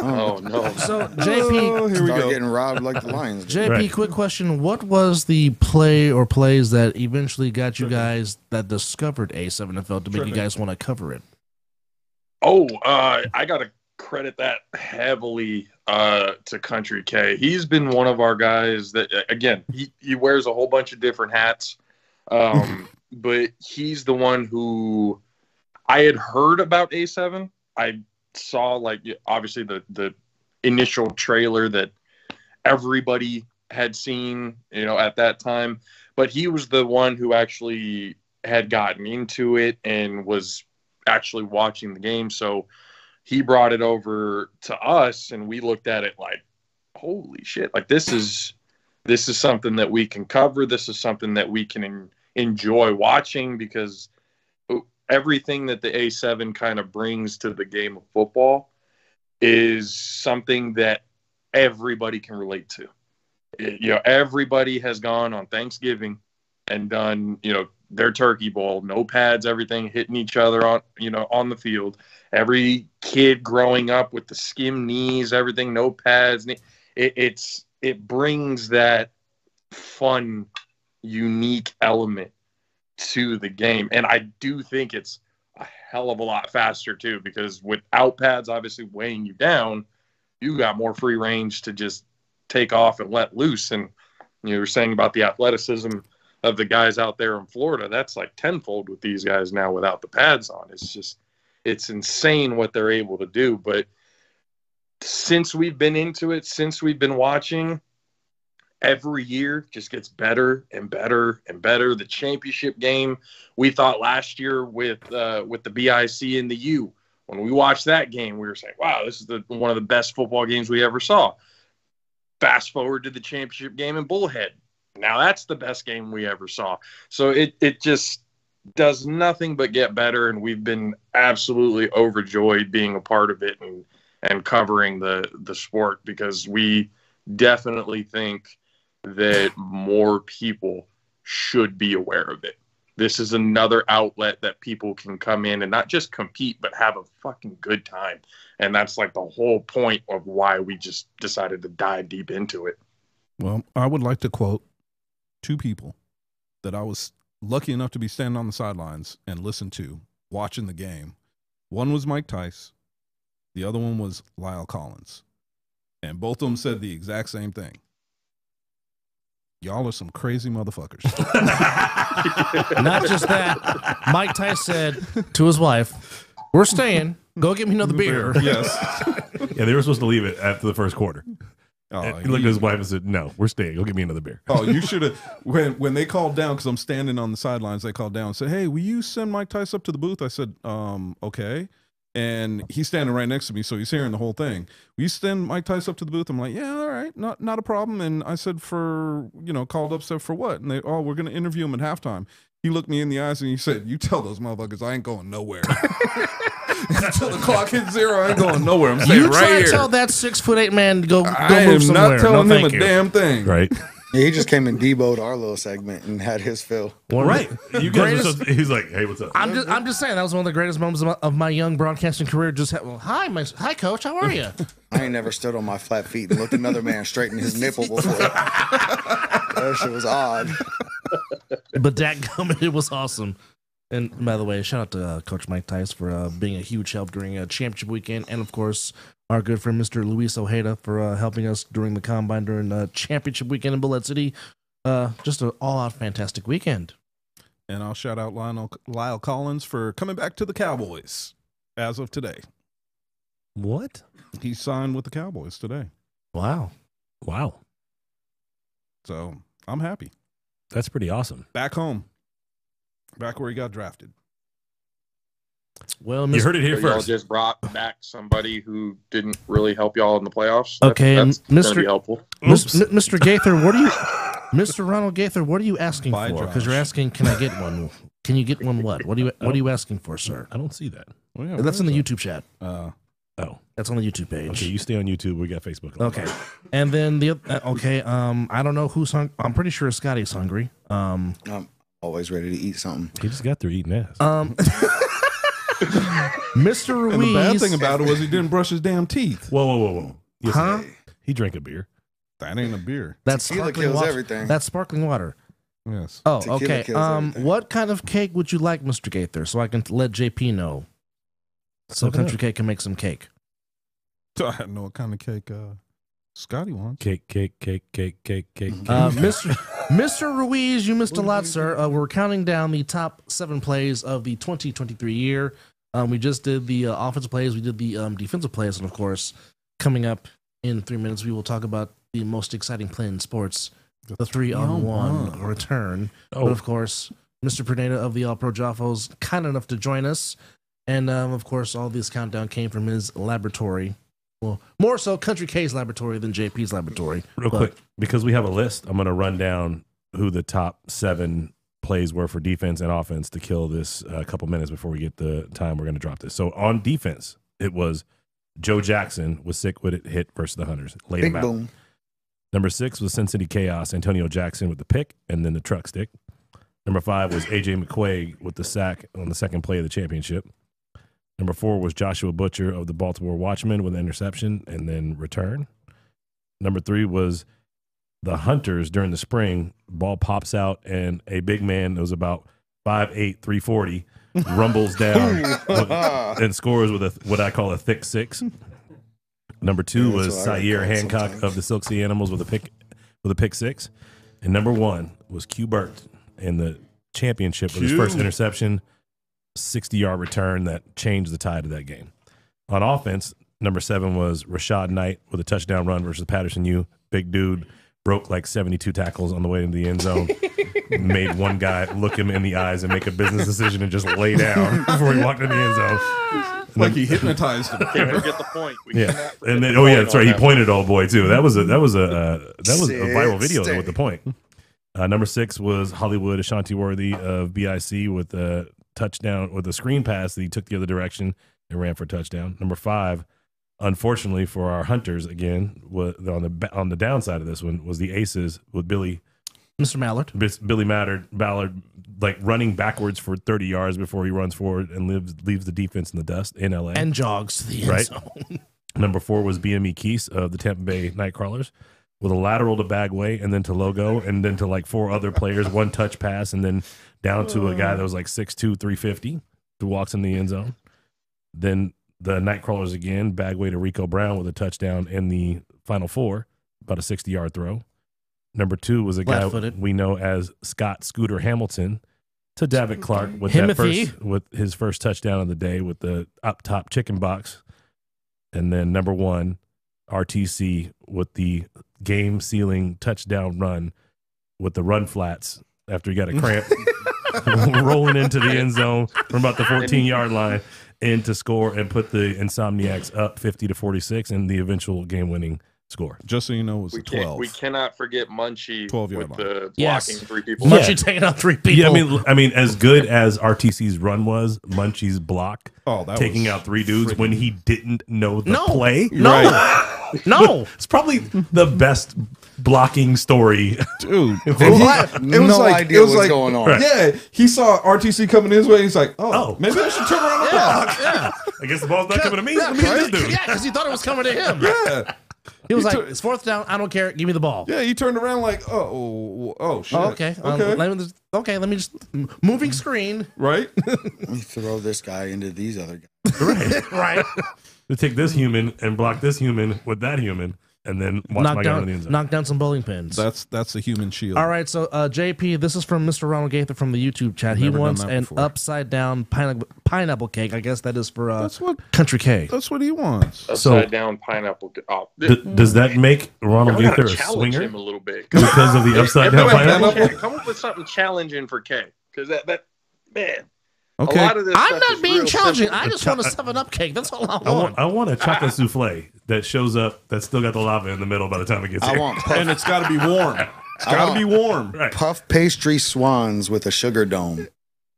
Speaker 6: Oh no.
Speaker 1: So JP,
Speaker 2: Oh, here we go. getting robbed like the Lions. did.
Speaker 1: JP, quick question: What was the play or plays that eventually got you guys that discovered A7FL to make you
Speaker 6: Tripping.
Speaker 1: guys want to cover it?
Speaker 6: Oh, uh, I gotta credit that heavily uh, to Country K. He's been one of our guys that, again, he, he wears a whole bunch of different hats, um, but he's the one who I had heard about A7. I saw like obviously the the initial trailer that everybody had seen, you know, at that time. But he was the one who actually had gotten into it and was actually watching the game. So he brought it over to us and we looked at it like, holy shit, like this is this is something that we can cover. This is something that we can en- enjoy watching because everything that the A7 kind of brings to the game of football is something that everybody can relate to. It- you know, everybody has gone on Thanksgiving and done, you know, their turkey bowl, no pads, everything hitting each other on, you know, on the field. Every kid growing up with the skim knees, everything, no pads. knee- It, it's it brings that fun, unique element to the game, and I do think it's a hell of a lot faster too. Because without pads, obviously weighing you down, you got more free range to just take off and let loose. And you were saying about the athleticism of the guys out there in Florida. That's like tenfold with these guys now without the pads on. It's just, it's insane what they're able to do. But since we've been into it, since we've been watching, every year just gets better and better and better. The championship game we thought last year with uh, with the BIC and the U. When we watched that game, we were saying, "Wow, this is the, one of the best football games we ever saw." Fast forward to the championship game in Bullhead. Now that's the best game we ever saw. So it it just does nothing but get better, and we've been absolutely overjoyed being a part of it and and covering the the sport because we definitely think that more people should be aware of it. This is another outlet that people can come in and not just compete, but have a fucking good time. And that's like the whole point of why we just decided to dive deep into it.
Speaker 3: Well, I would like to quote two people that I was lucky enough to be standing on the sidelines and listen to watching the game. One was Mike Tice, the other one was Lyle Collins. And both of them said the exact same thing. Y'all are some crazy motherfuckers.
Speaker 1: Not just that, Mike Tice said to his wife, "We're staying. Go get me another beer."
Speaker 3: yes.
Speaker 4: yeah, they were supposed to leave it after the first quarter.
Speaker 3: Oh,
Speaker 4: And he looked at his wife and said, "No, we're staying. Go get me another beer."
Speaker 3: Oh, you should have when when they called down because I'm standing on the sidelines. They called down and said, "Hey, will you send Mike Tice up to the booth?" I said, "Um, okay." And he's standing right next to me, so he's hearing the whole thing. Will you send Mike Tice up to the booth? I'm like, "Yeah, all right, not not a problem." And I said, "For you know, called up said for what?" And they, "Oh, we're gonna interview him at halftime." He looked me in the eyes and he said, "You tell those motherfuckers I ain't going nowhere." Until the clock hits zero, I ain't going nowhere. I'm staying
Speaker 1: You try
Speaker 3: right
Speaker 1: to
Speaker 3: here.
Speaker 1: tell that six foot eight man to go, go
Speaker 3: I
Speaker 1: move
Speaker 3: am
Speaker 1: somewhere.
Speaker 3: not telling
Speaker 1: no,
Speaker 3: him a
Speaker 1: thank you.
Speaker 3: damn thing.
Speaker 4: Right.
Speaker 2: Yeah, he just came and deboed our little segment and had his fill.
Speaker 4: Right. You guys were
Speaker 1: Greatest-
Speaker 4: so, he's like, hey, what's up?
Speaker 1: I'm just, I'm just saying that was one of the greatest moments of my, of my young broadcasting career. Just ha- well, hi, my, hi, coach, how are you?
Speaker 2: I ain't never stood on my flat feet and looked another man straight in his nipple before. that shit was odd.
Speaker 1: but that comment it was awesome. And by the way, shout out to uh, Coach Mike Tice for uh, being a huge help during uh, championship weekend, and of course our good friend Mr. Luis Ojeda for uh, helping us during the combine during uh, championship weekend in Bullet City. Uh, just an all-out fantastic weekend.
Speaker 3: And I'll shout out Lionel Lyle Collins for coming back to the Cowboys as of today.
Speaker 4: What?
Speaker 3: He signed with the Cowboys today.
Speaker 1: Wow, wow,
Speaker 3: So I'm happy.
Speaker 4: that's pretty awesome.
Speaker 3: Back home. Back where he got drafted.
Speaker 1: Well,
Speaker 4: You heard it here
Speaker 6: So y'all
Speaker 4: first.
Speaker 6: just brought back somebody who didn't really help y'all in the playoffs.
Speaker 1: Okay,
Speaker 6: that's,
Speaker 1: and
Speaker 6: that's gonna
Speaker 1: Mr.
Speaker 6: be helpful.
Speaker 1: Mis- M- Mr. Gaither, what are you, Mr. Ronald Gaither? What are you asking
Speaker 3: Bye,
Speaker 1: for? Because you're
Speaker 3: Josh.
Speaker 1: asking, can I get one? Can you get one? What? What are you What are you asking for, sir?
Speaker 4: I don't see that.
Speaker 3: Oh, yeah,
Speaker 1: That's
Speaker 3: where
Speaker 1: in the
Speaker 3: is
Speaker 1: YouTube chat.
Speaker 3: that? Uh,
Speaker 1: Oh, that's on the YouTube page.
Speaker 4: Okay, you stay on YouTube. We got Facebook.
Speaker 1: Okay. And then the oth- uh, okay, um, I don't know who's hung. I'm pretty sure Scotty's hungry. Um,
Speaker 2: I'm always ready to eat something.
Speaker 4: He just got through eating ass.
Speaker 1: Um, Mr. Ruiz.
Speaker 3: And the bad thing about it was he didn't brush his damn teeth.
Speaker 4: Whoa, whoa, whoa, whoa. Yes,
Speaker 1: Huh?
Speaker 4: He drank a beer.
Speaker 3: That ain't a beer.
Speaker 1: That's
Speaker 3: Tequila
Speaker 1: sparkling
Speaker 3: kills
Speaker 1: water.
Speaker 3: everything.
Speaker 1: That's sparkling water.
Speaker 3: Yes.
Speaker 1: Oh,
Speaker 3: Tequila
Speaker 1: okay.
Speaker 3: kills
Speaker 1: Um, what kind of cake would you like, Mr. Gaither, so I can t- let JP know, so
Speaker 3: Look it
Speaker 1: Country
Speaker 3: up.
Speaker 1: Cake can make some cake.
Speaker 3: I know what kind of cake uh, Scotty wants.
Speaker 4: Cake, cake, cake, cake, cake, cake.
Speaker 1: Uh, Mr. Mr. Ruiz, you missed a lot, sir. Uh, we're counting down the top seven plays of the 2023 year. Um, we just did the uh, offensive plays, we did the um, defensive plays, and of course, coming up in three minutes, we will talk about the most exciting play in sports, the three on one
Speaker 4: three-on-one.
Speaker 1: return.
Speaker 4: Oh.
Speaker 1: But of course, Mr. Perneda of the All Pro Jaffos, kind enough to join us. And um, of course, all this countdown came from his laboratory. Well, more so Country K's laboratory than JP's laboratory.
Speaker 4: Real
Speaker 1: But-
Speaker 4: quick, because we have a list, I'm going to run down who the top seven plays were for defense and offense to kill this a couple minutes before we get the time we're going to drop this. So on defense, it was Joe Jackson was sick with it hit versus the Hunters. Laid
Speaker 2: Big
Speaker 4: him out.
Speaker 2: boom.
Speaker 4: Number six was Sin City Chaos, Antonio Jackson with the pick and then the truck stick. Number five was AJ McQuaig with the sack on the second play of the championship. Number four was Joshua Butcher of the Baltimore Watchmen with an interception and then return. Number three was the Hunters during the spring. Ball pops out and a big man that was about 5'8", 340, rumbles down and scores with a what I call a thick six. Number two
Speaker 3: Yeah, that's
Speaker 4: was
Speaker 3: what I would
Speaker 4: Sayer
Speaker 3: call it
Speaker 4: Hancock of the Silksy Animals with a pick with a pick six, and number one was Q Burt in the championship with his
Speaker 3: Q.
Speaker 4: first interception, sixty yard return that changed the tide of that game. On offense, number seven was Rashad Knight with a touchdown run versus Patterson U. Big dude broke like seventy two tackles on the way into the end zone. made one guy look him in the eyes and make a business decision and just lay down before he walked in the end zone. And
Speaker 3: Like
Speaker 4: then-
Speaker 3: he hypnotized him.
Speaker 4: Can't
Speaker 5: forget the point. We
Speaker 4: yeah,
Speaker 5: cannot forget
Speaker 4: and then
Speaker 5: the
Speaker 4: oh yeah,
Speaker 5: point
Speaker 4: that's right. He
Speaker 5: on that
Speaker 4: pointed old boy too. That was a that was a uh, that was a viral video
Speaker 3: Sixty.
Speaker 4: with the point. Uh, number six was Hollywood Ashanti Worthy of BIC with a touchdown with a screen pass that he took the other direction and ran for a touchdown. Number five, unfortunately for our hunters again, was on the ba- on the downside of this one was the Aces with Billy
Speaker 1: Mr. Mallard.
Speaker 4: Bis- Billy Matter, Ballard, like running backwards for 30 yards before he runs forward and lives, leaves the defense in the dust in LA.
Speaker 1: And jogs to the end zone.
Speaker 4: Number four was BME Keese of the Tampa Bay Nightcrawlers with a lateral to Bagway and then to Logo and then to like four other players, one touch pass, and then down to a guy that was like 6'2, 350 who walks in the end zone. Then the Nightcrawlers again, Bagway to Rico Brown with a touchdown in the final four, about a 60 yard throw. Number two was a guy
Speaker 1: Flat-footed.
Speaker 4: we know as Scott Scooter Hamilton to David Clark with that
Speaker 1: Himothy.
Speaker 4: first with his first touchdown of the day with the up top chicken box, and then number one RTC with the game sealing touchdown run with the run flats after he got a cramp rolling into the end zone from about the 14 yard line and to score and put the Insomniacs up 50 to 46 and the eventual game winning score.
Speaker 3: Just so you know, it was
Speaker 6: We
Speaker 3: a
Speaker 6: can't.
Speaker 3: 12.
Speaker 6: We cannot forget Munchie
Speaker 3: 12 yard
Speaker 6: with the blocking
Speaker 3: Yes.
Speaker 6: three people.
Speaker 4: Yeah. Yeah, I mean, I mean, as good as RTC's run was, Munchie's block,
Speaker 3: Oh, that
Speaker 4: taking
Speaker 3: was
Speaker 4: out three dudes when he didn't know the
Speaker 1: No.
Speaker 4: play.
Speaker 1: No. No.
Speaker 4: it's probably the best blocking story,
Speaker 3: dude.
Speaker 4: it
Speaker 3: And he- it was like, it was like, Yeah, he saw RTC coming his way. he's like, oh, maybe I should turn around and block.
Speaker 1: yeah.
Speaker 4: I guess the ball's not coming to me.
Speaker 1: Yeah,
Speaker 4: Let me hit this
Speaker 1: because
Speaker 4: dude.
Speaker 1: he thought it was coming to him.
Speaker 3: Yeah.
Speaker 1: He was
Speaker 3: He
Speaker 1: like, it's fourth down. I don't care. Give me the ball.
Speaker 3: Yeah, he turned around like, oh, oh, shit.
Speaker 1: Oh, okay. Um,
Speaker 3: Okay.
Speaker 1: let me just- okay. Let me just m- moving screen.
Speaker 3: right?
Speaker 2: Let me throw this guy into these other guys.
Speaker 1: Right.
Speaker 4: To take this human and block this human with that human, and then watch
Speaker 1: knock
Speaker 4: my guy run in the end
Speaker 1: down,
Speaker 4: zone.
Speaker 1: knock down some bowling pins.
Speaker 3: That's that's the human shield.
Speaker 1: All right. So uh, JP, this is from Mr. Ronald Gaither from the YouTube chat. He
Speaker 3: Never done
Speaker 1: wants
Speaker 3: that
Speaker 1: an
Speaker 3: before.
Speaker 1: upside down pineapple pineapple cake. I guess that is for uh,
Speaker 3: That's what
Speaker 1: Country K.
Speaker 3: that's what he wants.
Speaker 6: Upside
Speaker 4: So-
Speaker 6: down pineapple. Oh,
Speaker 4: D- does that make Ronald
Speaker 6: Y'all gotta
Speaker 4: Gaither a
Speaker 6: challenge
Speaker 4: swinger
Speaker 6: him a little bit
Speaker 4: because of the upside down pineapple?
Speaker 6: Yeah, come up with something challenging for K, because that that man.
Speaker 4: Okay.
Speaker 6: A lot of this
Speaker 1: I'm
Speaker 6: stuff
Speaker 1: not
Speaker 6: is
Speaker 1: being
Speaker 6: real
Speaker 1: challenging.
Speaker 6: simple.
Speaker 1: I just want a seven up cake. That's all I want.
Speaker 4: I want, I want a chocolate souffle that shows up that's still got the lava in the middle by the time it gets
Speaker 2: I
Speaker 4: here.
Speaker 2: want
Speaker 3: And it's got to be warm. It's
Speaker 2: I
Speaker 3: got to
Speaker 2: want-
Speaker 3: be warm.
Speaker 2: puff pastry swans with a sugar dome.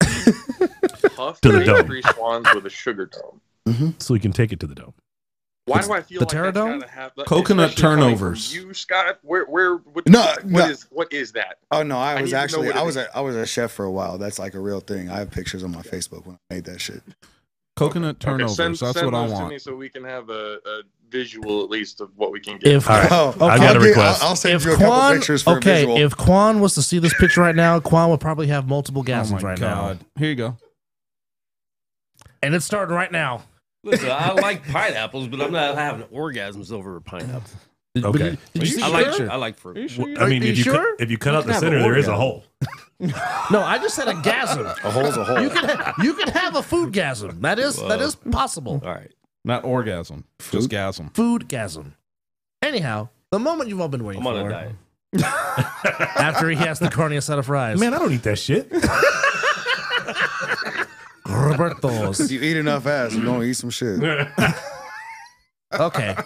Speaker 6: Puff
Speaker 4: to the
Speaker 6: baked
Speaker 4: dome.
Speaker 6: Three swans with a sugar dome.
Speaker 1: Mm-hmm.
Speaker 4: So we can take it to the dome.
Speaker 6: Why do I feel
Speaker 3: The
Speaker 6: like
Speaker 3: pterodon?
Speaker 6: that's gotta have, like,
Speaker 3: Coconut
Speaker 6: especially coming from
Speaker 3: turnovers.
Speaker 6: You Scott, where where what,
Speaker 2: No,
Speaker 6: what
Speaker 2: no.
Speaker 6: is- what is that?
Speaker 2: Oh no,
Speaker 6: I
Speaker 2: I
Speaker 6: need
Speaker 2: was
Speaker 6: to know
Speaker 2: actually
Speaker 6: what it
Speaker 2: I was
Speaker 6: is.
Speaker 2: a, I was a chef for a while. That's like a real thing. I have pictures on my Facebook when I made that shit.
Speaker 3: Coconut
Speaker 6: Okay,
Speaker 3: turnovers.
Speaker 6: send,
Speaker 3: That's
Speaker 6: send
Speaker 3: what I
Speaker 6: those To
Speaker 3: want.
Speaker 6: me so we can have a, a visual at least of what we can get.
Speaker 1: If
Speaker 2: Oh, send
Speaker 1: if
Speaker 2: you a couple
Speaker 1: Quan-
Speaker 2: pictures for a
Speaker 1: okay,
Speaker 2: visual.
Speaker 1: if Quan was to see this picture right now, Quan would probably have multiple
Speaker 3: Oh
Speaker 1: gasms
Speaker 3: my
Speaker 1: right
Speaker 3: god!
Speaker 1: now,
Speaker 3: Here you go.
Speaker 1: and it's starting right now.
Speaker 5: Listen, I like pineapples, but I'm not having orgasms over a pineapple.
Speaker 4: Okay.
Speaker 1: Did you see
Speaker 5: I
Speaker 1: the
Speaker 5: like
Speaker 1: picture?
Speaker 5: I like fruit.
Speaker 4: I mean,
Speaker 1: Are
Speaker 4: if
Speaker 1: you
Speaker 4: you,
Speaker 1: sure?
Speaker 4: cut, if you cut out
Speaker 1: You
Speaker 4: the
Speaker 1: can have
Speaker 4: center,
Speaker 1: an
Speaker 4: there is a
Speaker 1: orgasm.
Speaker 4: hole.
Speaker 1: No, I just said a gasm.
Speaker 2: A hole's a hole.
Speaker 1: You can ha- you can have a food gasm. That is that
Speaker 3: Whoa.
Speaker 1: is possible.
Speaker 5: All right.
Speaker 3: Not orgasm, just gasm.
Speaker 1: Food gasm. Anyhow, the moment you've all been waiting
Speaker 5: I'm on a
Speaker 1: for.
Speaker 5: diet.
Speaker 1: After he has the corniest set of fries.
Speaker 4: Man, I don't eat that shit.
Speaker 1: Roberto's.
Speaker 2: you eat enough ass, you're gonna eat some shit.
Speaker 1: Okay.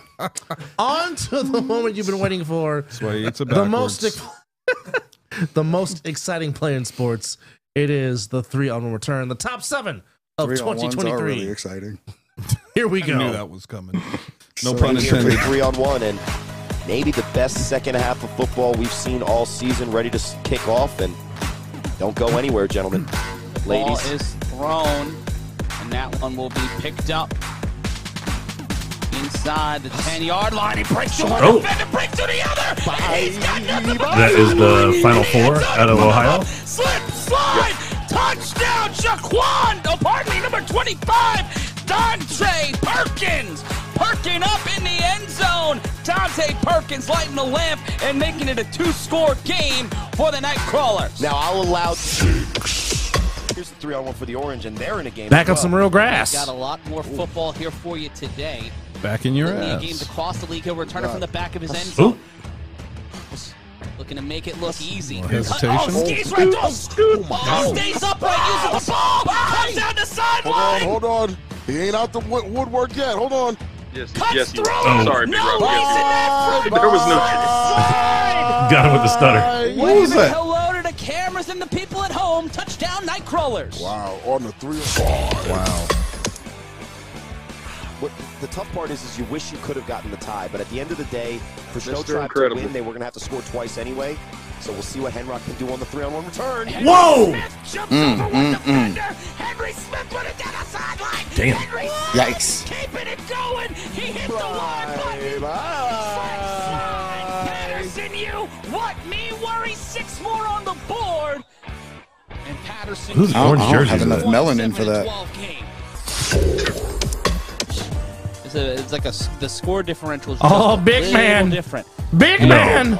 Speaker 1: On to the moment you've been waiting for.
Speaker 3: That's why it's
Speaker 1: The most ex- the most exciting play in sports. It is the three on one return, the top seven of
Speaker 2: Three on ones are
Speaker 1: 2023.
Speaker 2: really exciting.
Speaker 1: Here we
Speaker 3: I knew
Speaker 1: go.
Speaker 3: that was coming. No
Speaker 11: So
Speaker 3: pun
Speaker 11: we're here for
Speaker 3: intended.
Speaker 11: the Three on one, and maybe the best second half of football we've seen all season, ready to s- kick off. And don't go anywhere, gentlemen,
Speaker 13: Ball
Speaker 11: ladies.
Speaker 13: is thrown, and that one will be picked up inside the 10-yard line. He breaks to one
Speaker 4: Oh.
Speaker 13: defender, breaks to the other. and he's got nothing but
Speaker 4: That is the final four out of Ohio.
Speaker 13: slip, slide, touchdown, Jaquan. Oh, pardon me, number 25, Dante Perkins. Perkin up in the end zone. Dante Perkins lighting the lamp and making it a two-score game for the Nightcrawlers.
Speaker 11: Now I'll allow. Here's the three on one for the Orange, and they're in a game.
Speaker 1: Back
Speaker 11: as
Speaker 1: up
Speaker 11: well.
Speaker 1: some real grass.
Speaker 13: Got a lot more football here for you today.
Speaker 3: Back in your
Speaker 13: Looking at a game
Speaker 3: ass.
Speaker 13: to cost the league. He'll return it from the back of his end
Speaker 3: Ooh.
Speaker 13: zone. Looking to make it look easy.
Speaker 3: More hesitation.
Speaker 13: Oh, skis right through. Oh, stays upright using the ball. Comes down the
Speaker 8: Hold on,
Speaker 13: sideline.
Speaker 8: hold on. He ain't out the wo- woodwork yet. Hold on.
Speaker 6: Yes,
Speaker 13: Cuts
Speaker 6: yes, you-
Speaker 13: through.
Speaker 6: I'm sorry, Big
Speaker 13: Oh, no,
Speaker 6: Rob.
Speaker 13: he's in that
Speaker 6: Yes.
Speaker 13: fruit.
Speaker 6: There was no.
Speaker 4: Got him with the stutter.
Speaker 8: What
Speaker 13: Waving
Speaker 8: was that?
Speaker 13: hello to the cameras and the people at home. Touchdown, Nightcrawlers.
Speaker 8: Wow, on the three. Wow.
Speaker 11: What, the tough part is, is you wish you could have gotten the tie, but at the end of the day, for Snow
Speaker 6: Mr.
Speaker 11: Tribe
Speaker 6: Incredible.
Speaker 11: to win, they were going to have to score twice anyway. So we'll see what Henrock can do on the three on one return.
Speaker 4: Whoa!
Speaker 13: Jumps
Speaker 2: Mm,
Speaker 13: over one
Speaker 2: mm, mm.
Speaker 13: defender. Henry Smith with it down the sideline.
Speaker 4: Damn.
Speaker 13: Henry
Speaker 2: Yikes.
Speaker 13: keeping it going. He hit the line button. Slide, Patterson, you what me worry? Six more on the board. And Patterson.
Speaker 4: Who's
Speaker 2: I don't,
Speaker 4: Orange
Speaker 2: I don't have
Speaker 4: jerseys,
Speaker 2: enough
Speaker 4: though.
Speaker 2: melanin for that.
Speaker 13: 12 game. It's, a, it's like a s- the score differential is just
Speaker 1: Oh,
Speaker 13: a
Speaker 1: big
Speaker 13: little
Speaker 1: man.
Speaker 13: different.
Speaker 1: Big
Speaker 4: No.
Speaker 1: man.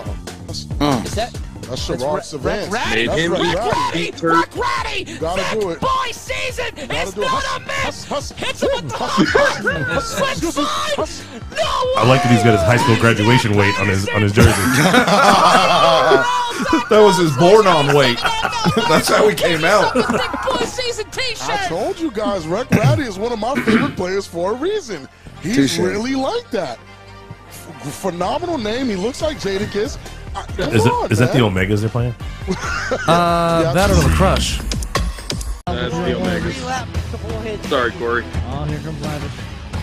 Speaker 1: Mm.
Speaker 13: Is that
Speaker 8: That's Sherrod Savant.
Speaker 13: Ratty?
Speaker 6: Made
Speaker 8: That's
Speaker 6: him
Speaker 8: right.
Speaker 6: eat
Speaker 8: Ratty.
Speaker 6: beat her.
Speaker 13: Buck Ratty?
Speaker 8: Gotta
Speaker 13: Thick
Speaker 8: do it.
Speaker 13: Boy season.
Speaker 8: Gotta
Speaker 13: It's
Speaker 8: do it.
Speaker 13: not a
Speaker 8: Hus-
Speaker 13: miss.
Speaker 8: hus-
Speaker 13: Hits him with the
Speaker 8: hus-
Speaker 13: hard
Speaker 8: hus-
Speaker 13: slip
Speaker 8: hus-
Speaker 13: slide.
Speaker 8: hus-
Speaker 13: No
Speaker 4: I like that he's got his high school graduation weight on his on his jersey.
Speaker 3: that was his born on weight. That's how he came out.
Speaker 13: Thick boy season
Speaker 8: I
Speaker 13: T-shirt.
Speaker 8: told you guys, Rec Ratty is one of my favorite players for a reason. He's
Speaker 2: Touche.
Speaker 8: really like that. F- phenomenal name. He looks like Jadakiss. I- Come
Speaker 4: Is,
Speaker 8: on,
Speaker 4: it, is that the
Speaker 8: man.
Speaker 4: Omegas they're playing?
Speaker 1: Uh, that or the crush.
Speaker 6: That's the
Speaker 7: Three
Speaker 6: Omega.
Speaker 7: laps, a couple hits.
Speaker 6: Sorry, Corey.
Speaker 14: Oh, here comes Lavish.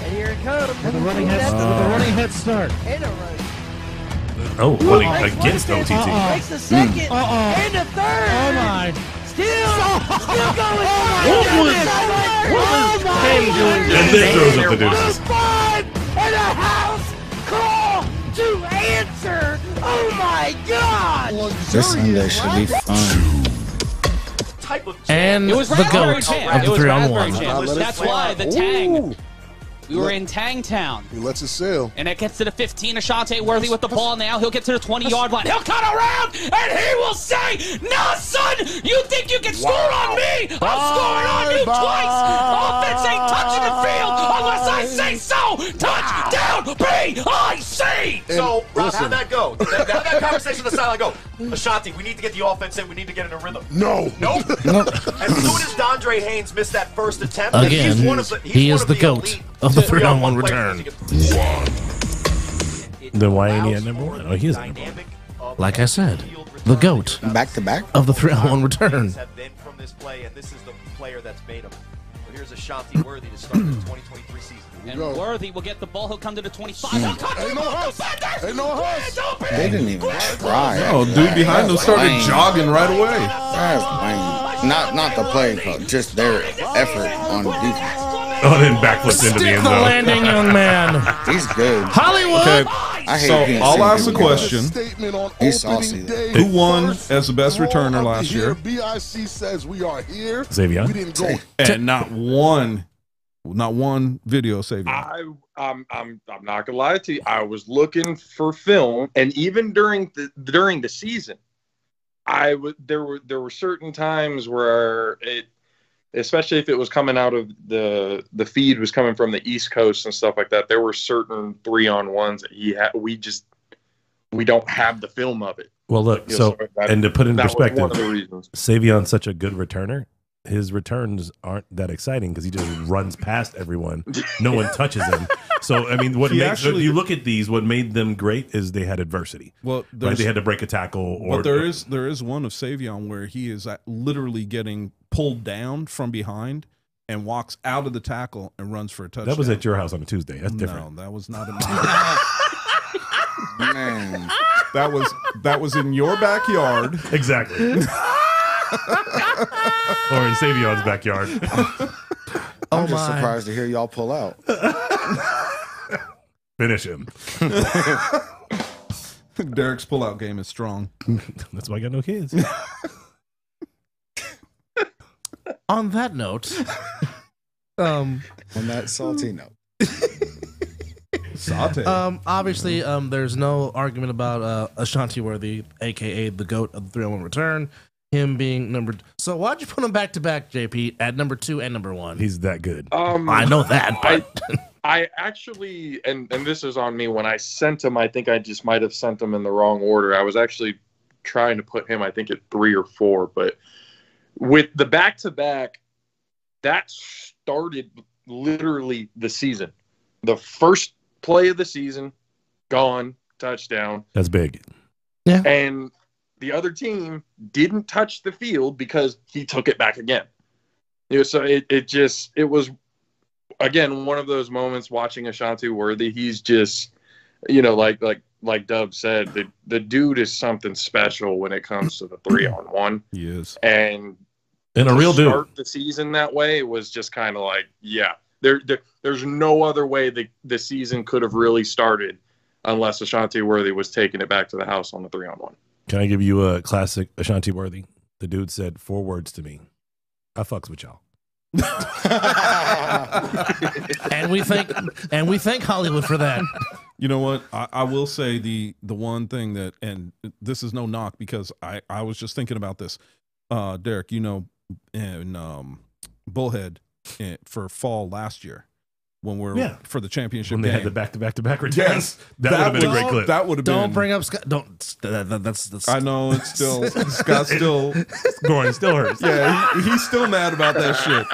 Speaker 7: And here it comes.
Speaker 14: With a running head,
Speaker 1: Uh,
Speaker 14: with a running head start.
Speaker 7: And a run.
Speaker 4: Oh, running
Speaker 7: Makes one
Speaker 4: against
Speaker 7: stand-
Speaker 2: Mm.
Speaker 4: OTT.
Speaker 7: Makes the second.
Speaker 1: Hmm.
Speaker 14: Uh-oh.
Speaker 7: And the third.
Speaker 14: Oh my!
Speaker 7: Still. Still going.
Speaker 14: What
Speaker 7: Down
Speaker 14: was-
Speaker 7: the sideline.
Speaker 14: What was Kane doing?
Speaker 4: And then throws up the deuces.
Speaker 7: Five and a house call to answer. Oh my God.
Speaker 2: This Sunday should be fun.
Speaker 1: And
Speaker 13: It was
Speaker 1: the
Speaker 13: raspberry
Speaker 1: goat
Speaker 13: jam.
Speaker 1: of
Speaker 13: It
Speaker 1: the
Speaker 13: was
Speaker 1: three on
Speaker 13: raspberry
Speaker 1: one.
Speaker 13: jam.
Speaker 8: Now let it
Speaker 13: That's
Speaker 8: fly.
Speaker 13: why the tang.
Speaker 8: Ooh,
Speaker 13: We were in Tangtown.
Speaker 8: he lets it sail.
Speaker 13: And it gets to the 15. Ashante Worthy with the ball now. He'll get to the 20 yard line. He'll cut around and he will say, No, son, you think you can score on me? I'm scoring on you twice. Offense ain't touching the field unless I say so. Touchdown, BIC.
Speaker 11: So, Rob,
Speaker 8: listen.
Speaker 11: how'd that go? Did that, how'd that conversation aside, I go, Ashanti, we need to get the offense in. We need to get in a rhythm.
Speaker 8: No.
Speaker 11: Nope. as soon as Dondre Haynes missed that first attempt, and
Speaker 1: Again,
Speaker 11: he's one of the, he's
Speaker 1: he
Speaker 11: one
Speaker 1: is
Speaker 11: of
Speaker 1: the goat
Speaker 11: elite
Speaker 1: of the
Speaker 11: three-on-one
Speaker 1: three on one
Speaker 11: players
Speaker 1: return.
Speaker 11: to get-
Speaker 4: Then why ain't he at number one? Oh, he is at number one.
Speaker 1: Like I said, the goat
Speaker 2: Back to back.
Speaker 1: of the three on one return.
Speaker 11: have been from this play, and this is the player that's made him.
Speaker 15: But here's Ashanti Worthy to start the 2023 season.
Speaker 13: And Worthy will get the ball. He'll come to the 25.
Speaker 8: Hmm.
Speaker 13: He'll come to the ball. Defenders! Wins open!
Speaker 2: They didn't even try.
Speaker 3: No, dude behind them started jogging right away.
Speaker 2: That's lame. Not not the play call, just their effort on defense.
Speaker 4: Oh, then backflipped into the end zone.
Speaker 2: He's good.
Speaker 1: Hollywood.
Speaker 3: Okay,
Speaker 2: I hate
Speaker 3: so
Speaker 2: being
Speaker 3: I'll
Speaker 2: seen
Speaker 3: ask the
Speaker 2: doing
Speaker 3: question:
Speaker 2: He's saucy. though.
Speaker 3: Who won as the best returner last year?
Speaker 8: BIC says we are here.
Speaker 3: Xavier.
Speaker 8: We didn't go.
Speaker 3: And not one, not one video Xavier.
Speaker 6: I, I'm, I'm, I'm not gonna lie to you. I was looking for film, and even during the during the season, I w- there were there were certain times where it, especially if it was coming out of the the feed was coming from the East Coast and stuff like that. There were certain three on ones that he had. We just we don't have the film of it.
Speaker 4: Well, look.
Speaker 6: Yeah,
Speaker 4: so,
Speaker 6: so that-
Speaker 4: and to put in
Speaker 6: that was one
Speaker 4: perspective,
Speaker 6: of the reasons.
Speaker 4: Savion's such a good returner. His returns aren't that exciting because he just runs past everyone. No one touches him. So, I mean, what
Speaker 3: He
Speaker 4: makes
Speaker 3: actually-
Speaker 4: you look at these? What made them great is they had adversity.
Speaker 3: Well,
Speaker 4: right?
Speaker 3: there's-
Speaker 4: they had to break a tackle, or
Speaker 3: But there is there is one of Savion where he is uh, literally getting pulled down from behind and walks out of the tackle and runs for a touchdown.
Speaker 4: that was at your house on a Tuesday. That's different.
Speaker 3: No, that was not in my Man. That was that was in your backyard.
Speaker 4: Exactly. or in Savion's backyard.
Speaker 2: I'm
Speaker 4: Oh my.
Speaker 2: just surprised to hear y'all pull out.
Speaker 4: Finish him.
Speaker 3: Derek's pullout game is strong.
Speaker 4: That's why I got no kids.
Speaker 1: On that note, um, mm.
Speaker 2: on that salty note,
Speaker 3: Saute.
Speaker 1: Um, obviously, um, there's no argument about uh, Ashanti Worthy, aka the goat of the 301 return, him being number. So why'd you put him back to back, JP, at number two and number one?
Speaker 4: He's that good.
Speaker 6: Um,
Speaker 1: I know that, but
Speaker 6: I actually, and and this is on me. When I sent him, I think I just might have sent him in the wrong order. I was actually trying to put him, I think, at three or four. But with the back to back, that started literally the season. The first play of the season, gone touchdown.
Speaker 4: That's big.
Speaker 6: And the other team didn't touch the field because he took it back again. You know, so it, it just it was again one of those moments watching Ashanti Worthy. He's just you know, like like like Dub said, the the dude is something special when it comes to the three on one.
Speaker 3: He is.
Speaker 6: And
Speaker 4: And a
Speaker 6: to
Speaker 4: real dude.
Speaker 6: start the season that way was just kind of like, yeah, there, there, there's no other way the the season could have really started unless Ashanti Worthy was taking it back to the house on the three on one.
Speaker 4: Can I give you a classic Ashanti Worthy? The dude said four words to me. I fucks with y'all.
Speaker 2: Ah.
Speaker 1: and we thank and we thank Hollywood for that.
Speaker 3: You know what? I, I will say the the one thing that, and this is no knock because I I was just thinking about this. Uh, Derek, you know, in um, Bullhead eh, for fall last year when we're
Speaker 4: Yeah.
Speaker 3: for the championship
Speaker 4: When they had
Speaker 3: game.
Speaker 4: the back-to-back-to-back returns.
Speaker 3: Yes,
Speaker 4: That would've been a
Speaker 3: was-
Speaker 4: great clip.
Speaker 3: That would have been.
Speaker 1: Don't bring up Scott. Don't. That, that- that's, that's.
Speaker 3: I know it's still Scott still
Speaker 4: Goring still hurts.
Speaker 3: Yeah, he, he's still mad about that shit.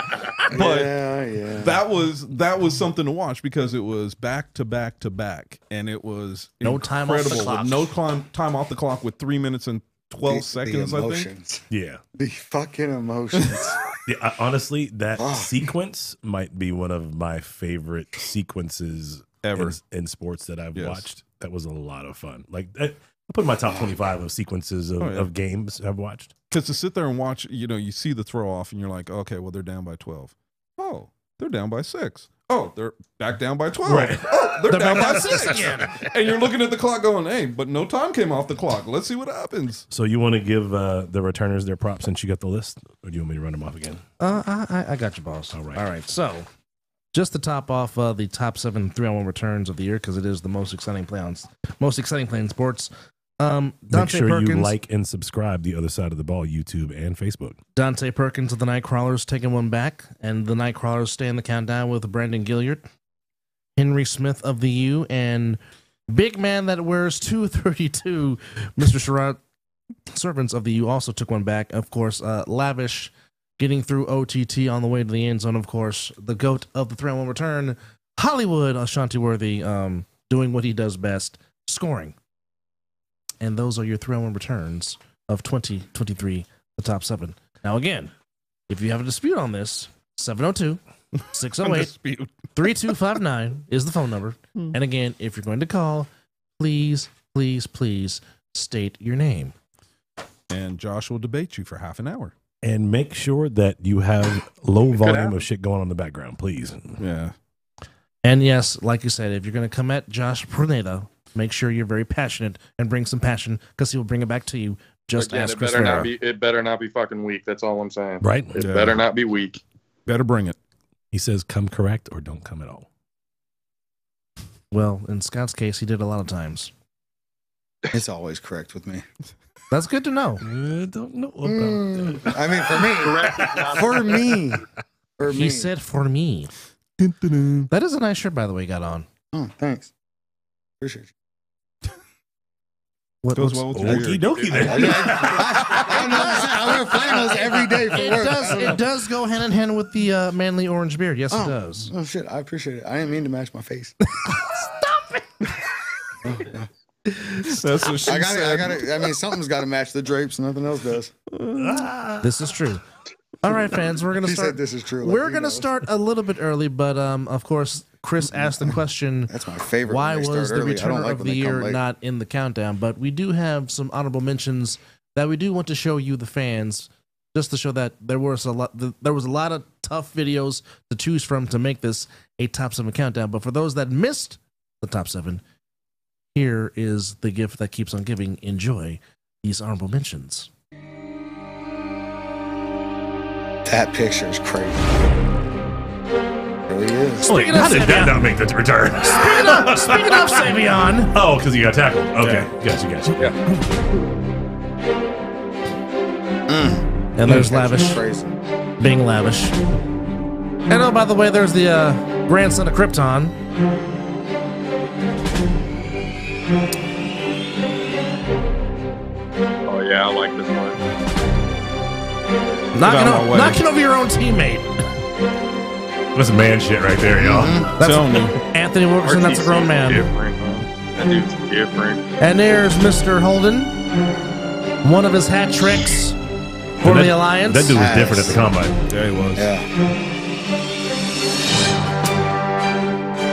Speaker 3: But
Speaker 2: yeah, yeah.
Speaker 3: that was that was something to watch because it was back to back to back, and it was
Speaker 1: No time off the
Speaker 3: incredible with
Speaker 1: clock.
Speaker 3: No clim- time off the clock with three minutes and twelve seconds. I think.
Speaker 4: Yeah.
Speaker 2: The fucking emotions.
Speaker 4: Yeah, I, honestly, that sequence might be one of my favorite sequences
Speaker 3: Ever.
Speaker 4: in, in sports that I've
Speaker 3: Yes.
Speaker 4: watched. That was a lot of fun. Like that, I put in my top twenty-five of sequences of,
Speaker 3: Oh, yeah.
Speaker 4: of games I've watched.
Speaker 3: Because to sit there and watch, you know, you see the throw off, and you're like, okay, well they're down by twelve. Oh, they're down by six. Oh, they're back down by twelve.
Speaker 4: Right.
Speaker 3: Oh, they're,
Speaker 4: They're
Speaker 3: down
Speaker 4: back
Speaker 3: by
Speaker 4: down
Speaker 3: six.
Speaker 4: again.
Speaker 3: And you're looking at the clock, going, hey, but no time came off the clock. Let's see what happens.
Speaker 4: So you want to give uh, the returners their props since you got the list, or do you want me to run them off again?
Speaker 1: Uh, I, I- I got you, boss. All right. All right. So, just to top off uh, the top seven three-on-one returns of the year because it is the most exciting play on most exciting play in sports. Um,
Speaker 4: Make
Speaker 1: Dante
Speaker 4: sure
Speaker 1: Perkins,
Speaker 4: you like and subscribe the other side of the ball, YouTube and Facebook.
Speaker 1: Dante Perkins of the Nightcrawlers taking one back, and the Nightcrawlers stay in the countdown with Brandon Gilliard, Henry Smith of the U, and big man that wears 232, Mr. Sherrod. Servants of the U also took one back. Of course, uh, Lavish getting through OTT on the way to the end zone. Of course, the GOAT of the 3 1 return, Hollywood Ashanti Worthy, um, doing what he does best, scoring. And those are your 3 1 returns of 2023, the top seven. oh Now, again, if you have a dispute on this, 702 608
Speaker 3: Undisputed.
Speaker 1: 3259 is the phone number.
Speaker 3: Hmm.
Speaker 1: And again, if you're going to call, please, please, please state your name.
Speaker 3: And Josh will debate you for half an hour.
Speaker 4: And make sure that you have low volume
Speaker 3: happen.
Speaker 4: of shit going on in the background, please.
Speaker 3: Yeah.
Speaker 1: And yes, like you said, if you're going to come at Josh Pruneda, make sure you're very passionate and bring some passion because he will bring it back to you. Just
Speaker 6: Again,
Speaker 1: ask
Speaker 6: it
Speaker 1: Chris
Speaker 6: better
Speaker 1: Farrar.
Speaker 6: not be. It better not be fucking weak. That's all I'm saying.
Speaker 4: Right?
Speaker 6: It
Speaker 4: Yeah.
Speaker 6: better not be weak.
Speaker 3: Better bring it.
Speaker 4: He says, come correct or don't come at all.
Speaker 1: Well, in Scott's case, he did a lot of times.
Speaker 2: It's always correct with me.
Speaker 1: That's good to know.
Speaker 4: I don't know about
Speaker 2: that. I mean, for me, Mm. for me, for
Speaker 1: he
Speaker 2: me.
Speaker 1: said for me. That is a nice shirt, by the way. you Got on.
Speaker 2: Oh, thanks. Appreciate you.
Speaker 1: What
Speaker 3: Goes
Speaker 1: looks-
Speaker 3: well
Speaker 4: Okey
Speaker 3: with your beard.
Speaker 4: dokey then.
Speaker 2: I'm not saying I wear flannels every day for
Speaker 1: it
Speaker 2: work.
Speaker 1: does. It does go hand in hand with the uh, manly orange beard. Yes,
Speaker 2: oh,
Speaker 1: it does.
Speaker 2: Oh shit! I appreciate it. I didn't mean to match my face.
Speaker 3: That's what she
Speaker 2: I got it. I
Speaker 3: said.
Speaker 2: got it. I mean, something's got to match the drapes. Nothing else does.
Speaker 3: Ah.
Speaker 1: This is true. All right, fans, we're gonna
Speaker 2: He
Speaker 1: start.
Speaker 2: said this is true. like,
Speaker 1: We're
Speaker 2: he
Speaker 1: gonna
Speaker 2: knows.
Speaker 1: start a little bit early, but um, of course, Chris asked the question.
Speaker 2: That's my favorite.
Speaker 1: Why
Speaker 2: when they start
Speaker 1: was the
Speaker 2: early. I don't
Speaker 1: returner
Speaker 2: like
Speaker 1: of
Speaker 2: when
Speaker 1: the
Speaker 2: they come
Speaker 1: year
Speaker 2: late.
Speaker 1: not in the countdown? But we do have some honorable mentions that we do want to show you, the fans, just to show that there was a lot. There was a lot of tough videos to choose from to make this a top seven countdown. But for those that missed the top seven, here is the gift that keeps on giving. Enjoy these honorable mentions.
Speaker 2: That picture is crazy. It really is.
Speaker 4: Wait, how did that not make the return?
Speaker 1: Speaking of, speaking of Savion,
Speaker 4: Oh, because you got tackled. Okay. Gotcha, gotcha.
Speaker 1: Mm. and there's
Speaker 2: That picture's
Speaker 1: lavish,
Speaker 2: Crazy.
Speaker 1: being lavish. And oh, by the way, there's the uh, grandson of Krypton.
Speaker 6: Oh yeah, I like this one.
Speaker 1: Knocking,
Speaker 4: Get out of
Speaker 1: o-
Speaker 4: my way.
Speaker 1: knocking over your own teammate.
Speaker 4: That's man shit right there, y'all.
Speaker 1: Mm-hmm. That's Anthony Wilkerson, that's a
Speaker 6: RTC
Speaker 1: grown man.
Speaker 6: Different. That dude's different.
Speaker 1: And there's Mr. Holden. One of his hat tricks for
Speaker 4: That-
Speaker 1: the Alliance.
Speaker 4: That dude was different at the combine.
Speaker 3: There he was.
Speaker 2: Yeah.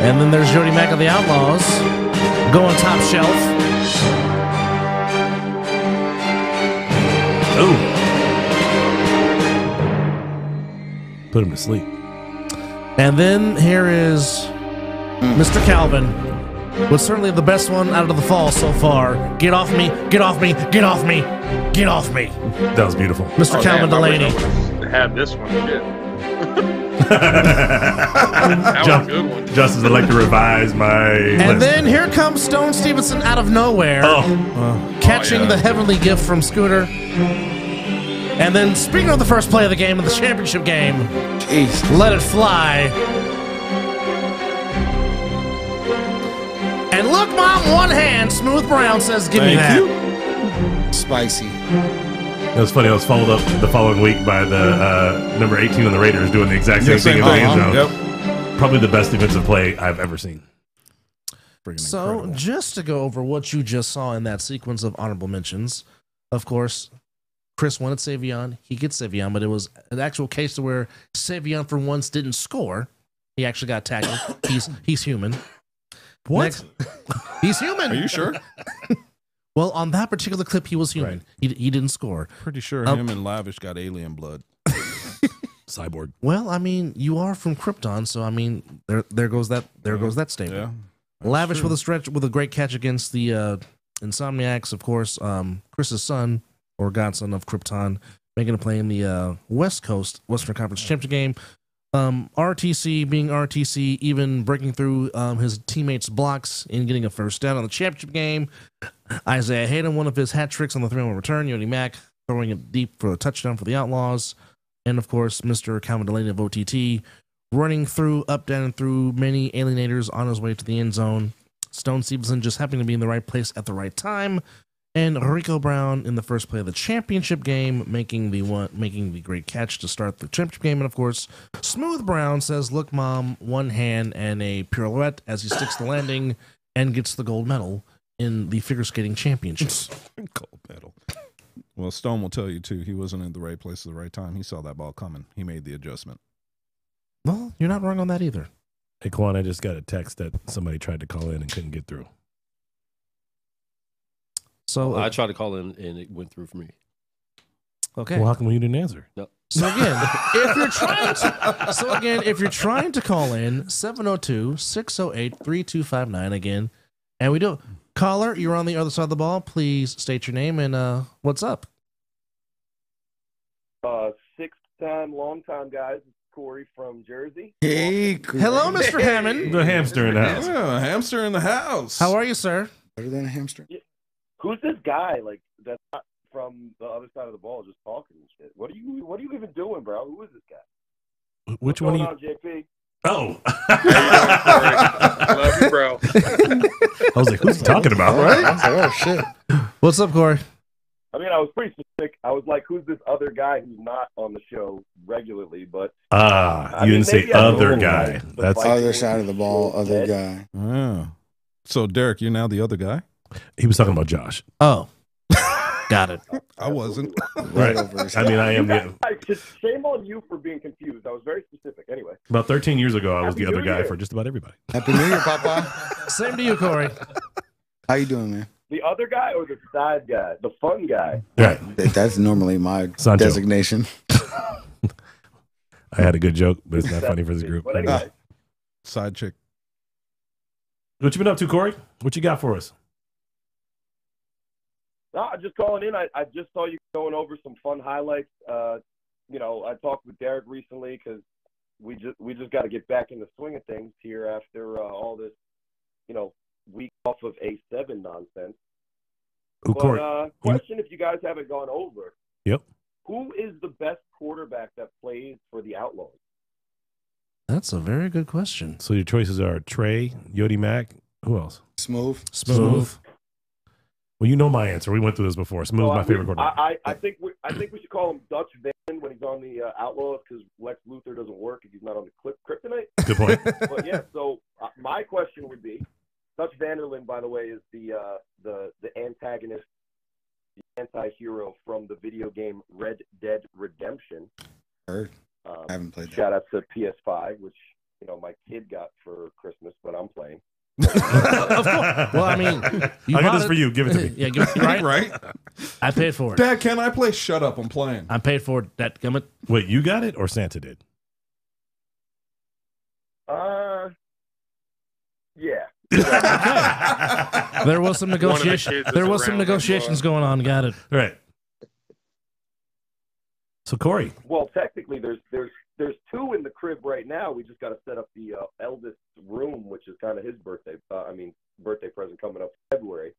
Speaker 1: And then there's Jody Mack of the Outlaws going top shelf.
Speaker 4: Oh. Put him to sleep.
Speaker 1: And then here is Mr. Calvin with certainly the best one out of the fall so far. Get off me, get off me, get off me, get off me.
Speaker 4: That was beautiful.
Speaker 6: Oh,
Speaker 1: Mr. Calvin
Speaker 6: damn, I wish I
Speaker 1: Delaney.
Speaker 6: would've Had this one shit. that was a good one.
Speaker 4: Just, Justice, I'd like to revise my.
Speaker 1: And then here comes Stone Stevenson out of nowhere.
Speaker 4: Oh.
Speaker 1: catching the heavenly gift from Scooter. And then, speaking of the first play of the game, of the championship game,
Speaker 2: Jeez.
Speaker 1: let it fly. And look, Mom, one hand, Smooth Brown says, Give me that.
Speaker 3: Thank
Speaker 2: Spicy.
Speaker 4: It was funny. I was followed up the following week by the uh, number 18 on the Raiders doing the exact same
Speaker 3: Yeah,
Speaker 4: thing in
Speaker 3: same
Speaker 4: the
Speaker 3: thing.
Speaker 4: end zone.
Speaker 3: Uh-huh.
Speaker 4: Probably the best defensive play I've ever seen.
Speaker 1: So, just to go over what you just saw in that sequence of honorable mentions, of course, Chris wanted Savion. He gets Savion, but it was an actual case to where Savion for once didn't score. He actually got tackled. he's he's human.
Speaker 4: What?
Speaker 1: Next- he's human.
Speaker 3: Are you sure?
Speaker 1: Well, on that particular clip, he was human. He, he didn't score.
Speaker 3: Pretty sure
Speaker 1: Um,
Speaker 3: him and Lavish got alien blood.
Speaker 4: Cyborg.
Speaker 1: Well, I mean, you are from Krypton, so I mean, there there goes that there goes that statement.
Speaker 3: Yeah.
Speaker 1: Lavish with a stretch with a great catch against the uh, Insomniacs, of course. Um, Chris's son or godson of Krypton making a play in the uh, West Coast Western Conference Championship game. Um, RTC being RTC, even breaking through um, his teammates' blocks and getting a first down on the championship game. Isaiah Hayden, one of his hat tricks on the three-one return. Yodi Mack throwing it deep for a touchdown for the Outlaws, and of course, Mr. Calvin Delaney of OTT running through, up, down, and through many alienators on his way to the end zone. Stone Stevenson just happening to be in the right place at the right time, and Rico Brown in the first play of the championship game, making the one, making the great catch to start the championship game. And of course, Smooth Brown says, "Look, mom, one hand and a pirouette as he sticks the landing and gets the gold medal." In the figure skating championships,
Speaker 3: Gold medal. Well, Stone will tell you too. He wasn't in the right place at the right time. He saw that ball coming. He made the adjustment.
Speaker 1: You're not wrong on that either.
Speaker 4: Hey, Quan, I just got a text that somebody tried to call in and couldn't get through.
Speaker 1: So uh,
Speaker 5: I tried to call in and it went through for me.
Speaker 1: Okay.
Speaker 4: Well, how come you didn't answer?
Speaker 5: No.
Speaker 1: So again, if you're trying to, so again, if you're trying to call in 702-608-3259 again, and we do caller, you're on the other side of the ball. Please state your name and uh, what's up.
Speaker 16: Uh, sixth time, long time, guys. It's Corey from Jersey.
Speaker 2: Hey,
Speaker 1: Hello, Mr. Hammond.
Speaker 4: The hamster in the house.
Speaker 3: Yeah, hamster in the house.
Speaker 1: How are you, sir?
Speaker 2: Better than a hamster.
Speaker 16: Who's this guy? Like that's not from the other side of the ball, just talking and shit. What are you? What are you even doing, bro? Who is this guy?
Speaker 4: Wh-
Speaker 16: What's
Speaker 4: Which one are
Speaker 16: going
Speaker 4: you?
Speaker 16: on, JP?
Speaker 4: Oh.
Speaker 16: Love you, bro.
Speaker 4: I was like, who's he talking about?
Speaker 2: oh shit.
Speaker 1: What's up, Corey?
Speaker 16: I mean, I was pretty specific. I was like, "Who's this other guy who's not on the show regularly?" But
Speaker 4: Ah, you didn't say other guy. That's
Speaker 2: other side of the ball, other guy.
Speaker 3: Oh. So, Derek, you're now the other guy?
Speaker 4: He was talking about Josh.
Speaker 1: Oh. Got it.
Speaker 3: I wasn't.
Speaker 4: Right. I mean, I am the,
Speaker 16: I should, shame on you for being confused. I was very specific. Anyway,
Speaker 4: about 13 years ago. I was
Speaker 16: Happy
Speaker 4: the other
Speaker 16: New
Speaker 4: guy
Speaker 16: Year.
Speaker 4: for just about everybody.
Speaker 2: Happy New Year, Papa.
Speaker 1: Same to you, Corey.
Speaker 2: How you doing, man?
Speaker 16: the other guy or the side guy, the fun guy.
Speaker 4: Right.
Speaker 2: That's normally my
Speaker 4: Sancho.
Speaker 2: designation.
Speaker 4: I had a good joke, but it's not funny for this group.
Speaker 16: But anyway.
Speaker 3: Side chick.
Speaker 4: What you been up to, Corey? What you got for us?
Speaker 16: No, I'm just calling in. I, I just saw you going over some fun highlights. Uh, you know, I talked with Derek recently because we just we just got to get back in the swing of things here after uh, all this, you know, week off of A7 nonsense.
Speaker 4: Who,
Speaker 16: But
Speaker 4: Corey?
Speaker 16: uh, question: If you guys haven't gone over,
Speaker 4: Yep.
Speaker 16: who is the best quarterback that plays for the Outlaws?
Speaker 1: That's a very good question.
Speaker 4: So your choices are Trey, Yodi Mac. Who else?
Speaker 2: Smooth.
Speaker 4: Well, you know my answer. We went through this before. Smooth,
Speaker 16: So
Speaker 4: my
Speaker 16: I-
Speaker 4: favorite quarterback.
Speaker 16: I, I, I think we I think we should call him Dutch Van when he's on the uh, Outlaws because Lex Luthor doesn't work if he's not on the clip Kryptonite.
Speaker 4: Good point.
Speaker 16: but yeah, so uh, my question would be, Dutch Vanderlyn, by the way, is the uh, the the antagonist, the anti-hero from the video game Red Dead Redemption.
Speaker 2: Heard.
Speaker 16: Um,
Speaker 2: I haven't played that.
Speaker 16: Shout out to PS5, which you know my kid got for Christmas, but I'm playing.
Speaker 1: Of course. Well, I mean,
Speaker 4: I got
Speaker 1: bought
Speaker 4: this for you. Give it to me.
Speaker 1: yeah, give it right.
Speaker 3: Right?
Speaker 1: I paid for it.
Speaker 3: Dad, can I play? Shut up. I'm playing.
Speaker 1: I paid for it. That gummit.
Speaker 4: Wait, you got it or Santa did?
Speaker 16: Uh, yeah.
Speaker 1: There was some
Speaker 16: One of the
Speaker 1: negotiation.
Speaker 16: kids is
Speaker 1: There was some
Speaker 16: around that
Speaker 1: negotiations
Speaker 16: bar.
Speaker 1: going on. Got it.
Speaker 4: Right. So Corey,
Speaker 16: Well, technically, there's there's there's two in the crib right now. We just got to set up the uh, eldest room, which is kind of his birthday. Uh, I mean, birthday present coming up February.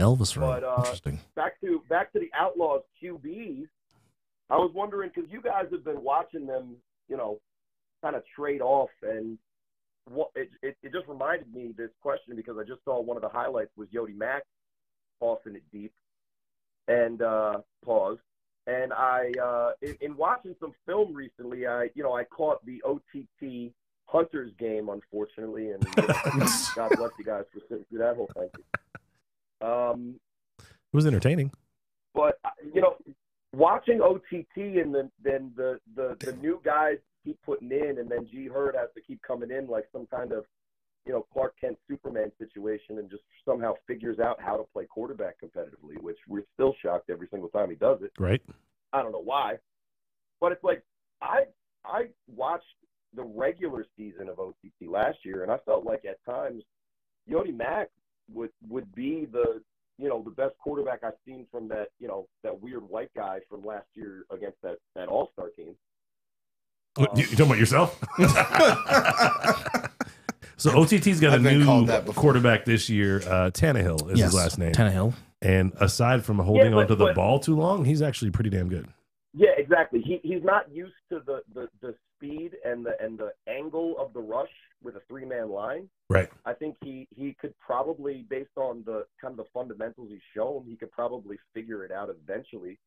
Speaker 1: Elvis room.
Speaker 16: But, uh,
Speaker 1: Interesting.
Speaker 16: Back to back to the Outlaws QBs. I was wondering because you guys have been watching them, you know, kind of trade off, and what it, it it just reminded me this question because I just saw one of the highlights was Yodi Mack tossing it deep, and uh, pause. And I, uh, in, in watching some film recently, I, you know, I caught the OTT Hunters game, unfortunately, and you know, God bless you guys for sitting through that whole thing. Um,
Speaker 4: it was entertaining.
Speaker 16: but uh, you know, watching OTT and then then the the the new guys keep putting in, and then G Herd has to keep coming in like some kind of you know Clark Kent Superman situation, and just somehow figures out how to play quarterback competitively, which we're still shocked every single time he does it.
Speaker 4: Right.
Speaker 16: I don't know why, but it's like I I watched the regular season of OTT last year, and I felt like at times Yodi Mack would would be the you know the best quarterback I've seen from that you know that weird white guy from last year against that that All Star team.
Speaker 4: What, you, you talking about yourself? so OTT's got
Speaker 2: I've
Speaker 4: a
Speaker 2: been called that
Speaker 4: new
Speaker 2: before.
Speaker 4: quarterback this year. Uh, Tannehill is
Speaker 1: Yes,
Speaker 4: his last name.
Speaker 1: Tannehill.
Speaker 4: And aside from holding
Speaker 16: but-
Speaker 4: onto the
Speaker 16: but-
Speaker 4: ball too long, he's actually pretty damn good.
Speaker 16: Yeah, exactly. He he's not used to the the, the speed and the and the angle of the rush with a three man line.
Speaker 4: Right.
Speaker 16: I think he he could probably, based on the kind of the fundamentals he's shown, he could probably figure it out eventually.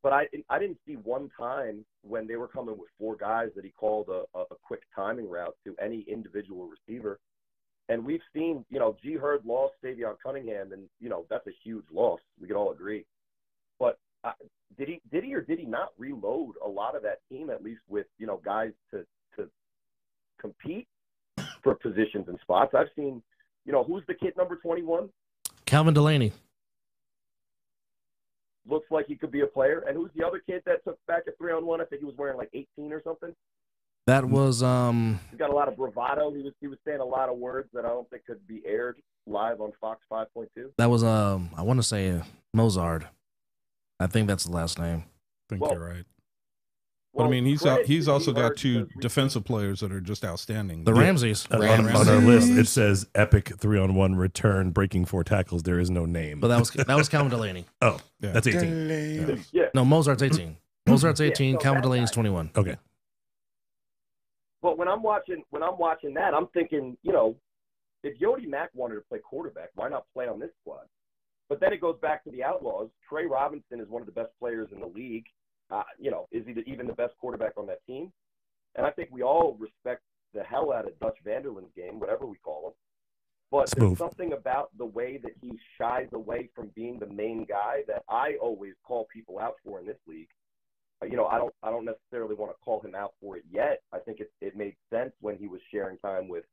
Speaker 16: But I I didn't see one time when they were coming with four guys that he called a, a, a quick timing route to any individual receiver. And we've seen, you know, G Herd lost Savion Cunningham, and you know that's a huge loss. We could all agree. But uh, did he did he or did he not reload a lot of that team at least with you know guys to to for positions and spots. I've seen, you know, who's the kid number 21?
Speaker 1: Calvin Delaney.
Speaker 16: Looks like he could be a player. And who's the other kid that took back a three on one? I think he was wearing like 18 or something.
Speaker 1: That was um
Speaker 16: He's got a lot of bravado. He was he was saying a lot of words that I don't think could be aired live on Fox 5.2.
Speaker 1: that was um I want to say Mozart. I think that's the last name.
Speaker 3: think
Speaker 16: Well-
Speaker 3: you're right. But I mean, he's out, he's also got two defensive players that are just outstanding.
Speaker 4: Yeah. Uh, on, on our list, it says epic three on one return, breaking four tackles. There is no name.
Speaker 1: But that was that was Calvin Delaney.
Speaker 4: Oh, that's 18.
Speaker 16: Yeah.
Speaker 1: No, Mozart's 18. Mozart's
Speaker 16: Yeah,
Speaker 1: 18.
Speaker 16: so
Speaker 1: Calvin
Speaker 16: that
Speaker 1: Delaney's 21.
Speaker 4: Okay.
Speaker 16: But when I'm watching when I'm watching that, I'm thinking, you know, if Yodi Mack wanted to play quarterback, why not play on this squad? But then it goes back to the Outlaws. Trey Robinson is one of the best players in the league. Uh, you know, is he the, even the best quarterback on that team? And I think we all respect the hell out of Dutch Vanderland's game, whatever we call him. But there's
Speaker 4: Smooth.
Speaker 16: something about the way that he shies away from being the main guy that I always call people out for in this league. Uh, You know, I don't, I don't necessarily want to call him out for it yet. I think it, it made sense when he was sharing time with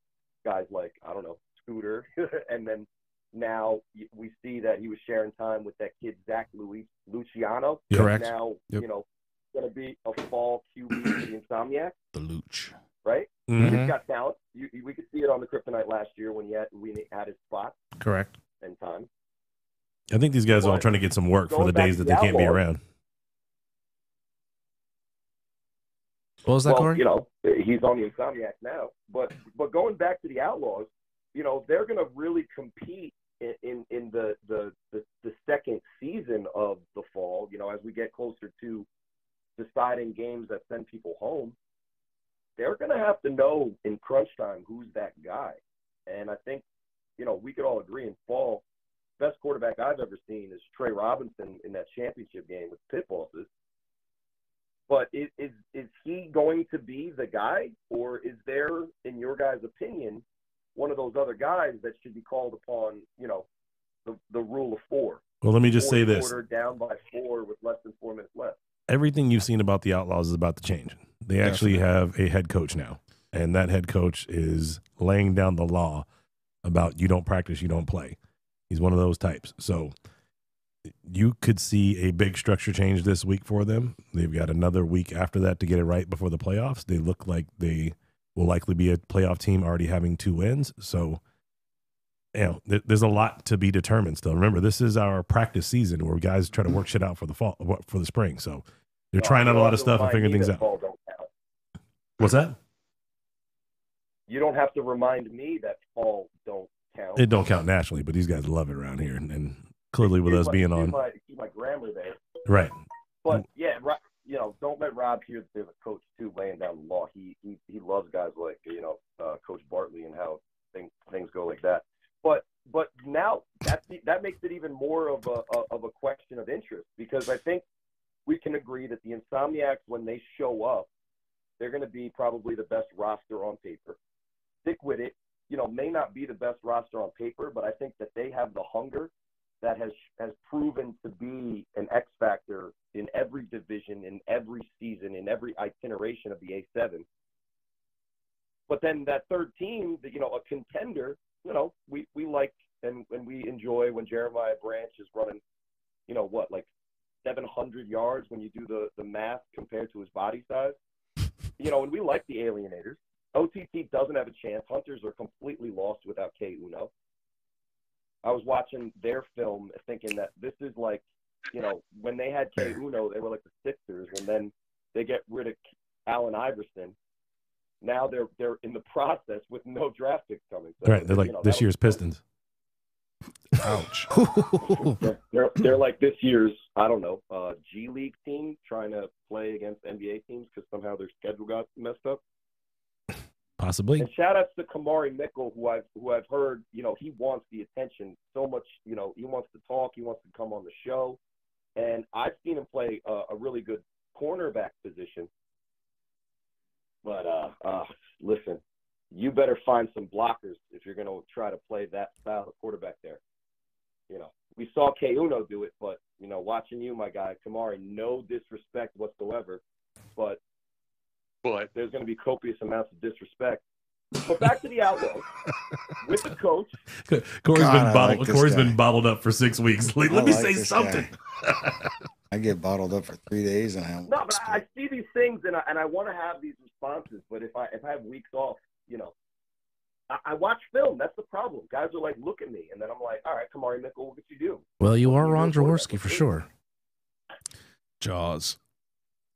Speaker 16: guys like I don't know Scooter, and then now y- we see that he was sharing time with that kid Zach Louis Luciano.
Speaker 3: Yeah. Correct.
Speaker 16: Now
Speaker 3: Yep.
Speaker 16: you know going to be a fall QB for the Insomniac,
Speaker 3: the Luch.
Speaker 16: right?
Speaker 3: Mm-hmm.
Speaker 1: Mhm.
Speaker 16: He's got talent. You, you- we could see it on the Kryptonite last year when he had, we had his spot
Speaker 1: Correct.
Speaker 16: and time.
Speaker 4: I think these guys are all
Speaker 16: But
Speaker 4: trying to get some work for
Speaker 16: going
Speaker 4: the
Speaker 16: back
Speaker 4: days
Speaker 16: to
Speaker 4: that they can't be
Speaker 16: Outlaws,
Speaker 4: around.
Speaker 1: What was that,
Speaker 16: well,
Speaker 1: Corey?
Speaker 16: You know, he's on the Insomniac now. But but going back to the Outlaws, you know, they're going to really compete in, in, in the, the, the, the second season of the fall, you know, as we get closer to deciding games that send people home. They're going to have to know in crunch time who's that guy. And I think, you know, we could all agree in fall, best quarterback I've ever seen is Trey Robinson in that championship game with pit bosses. But is, is is he going to be the guy, or is there, in your guys' opinion, one of those other guys that should be called upon? You know, the the rule of four.
Speaker 4: Well, let me just
Speaker 16: Fourth
Speaker 4: say this.
Speaker 16: Quarter down by four with less than four minutes left.
Speaker 4: everything you've seen about the Outlaws is about to change. They actually have a head coach now, and that head coach is laying down the law about you don't practice, you don't play. He's one of those types. So you could see a big structure change this week for them. They've got another week after that to get it right before the playoffs. They look like they will likely be a playoff team already having two wins. So you know, there, there's a lot to be determined still. Remember, this is our practice season where guys try to work shit out for the fall, what- for the spring. So they're trying out a lot of stuff and
Speaker 16: Remind
Speaker 4: figuring
Speaker 16: me
Speaker 4: things
Speaker 16: that
Speaker 4: out.
Speaker 16: fall don't count.
Speaker 4: What's that?
Speaker 16: You don't have to remind me that fall don't count.
Speaker 4: It don't count nationally, but these guys love it around here, and, and clearly with
Speaker 16: Excuse
Speaker 4: us
Speaker 16: my-
Speaker 4: being
Speaker 16: excuse
Speaker 4: on
Speaker 16: My, excuse my grammar there.
Speaker 4: right.
Speaker 16: But yeah, Rob, you know, don't let Rob hear that there's a coach too laying down the law. He he he loves guys like you know uh, Coach Bartley and how things things go like that. But but now that that makes it even more of a of a question of interest because I think we can agree that the Insomniacs when they show up, they're going to be probably the best roster on paper. Stick with it. You know, may not be the best roster on paper, but I think that they have the hunger that has has proven to be an X factor in every division, in every season, in every iteration of the A7. But then that third team, the- you know, a contender, you know, we, we like and, and we enjoy when Jeremiah Branch is running, you know, what, like 700 yards when you do the, the math compared to his body size. You know, and we like the Alienators. OTT doesn't have a chance. Hunters are completely lost without K Uno. I was watching their film thinking that this is like, you know, when they had K Uno, they were like the Sixers, and then they get rid of Allen Iverson. Now they're they're in the process with no draft picks coming. So,
Speaker 4: Right, they're like
Speaker 16: you know, that
Speaker 4: this
Speaker 16: was-
Speaker 4: year's Pistons.
Speaker 3: Ouch.
Speaker 16: They're, they're like this year's I don't know uh, G League team trying to play against NBA teams because somehow their schedule got messed up.
Speaker 4: Possibly.
Speaker 16: And shout outs to Kamari Mickle, who I've who I've heard, you know, he wants the attention so much. You know, he wants to talk, he wants to come on the show, and I've seen him play a, a really good cornerback position. But uh, uh, listen, you better find some blockers if you're going to try to play that style of quarterback there. You know, we saw K Uno do it, but you know, watching you, my guy, Kamari, no disrespect whatsoever, but but there's going to be copious amounts of disrespect But back to the Outlaws with the coach.
Speaker 4: Corey's
Speaker 2: God, I
Speaker 4: been bottled.
Speaker 2: like
Speaker 4: Corey's
Speaker 2: this guy.
Speaker 4: been bottled up for six weeks. Like,
Speaker 2: I
Speaker 4: let me
Speaker 2: like
Speaker 4: say
Speaker 2: this
Speaker 4: something.
Speaker 2: I get bottled up for three days and I
Speaker 16: No, but I, I see these things and I, and I want to have these responses. But if I if I have weeks off, you know, I, I watch film. That's the problem. Guys are like, look at me, and then I'm like, all right, Kamari Mickle, what could you do?
Speaker 1: Well, you are Ron Jaworski for sure.
Speaker 3: Jaws.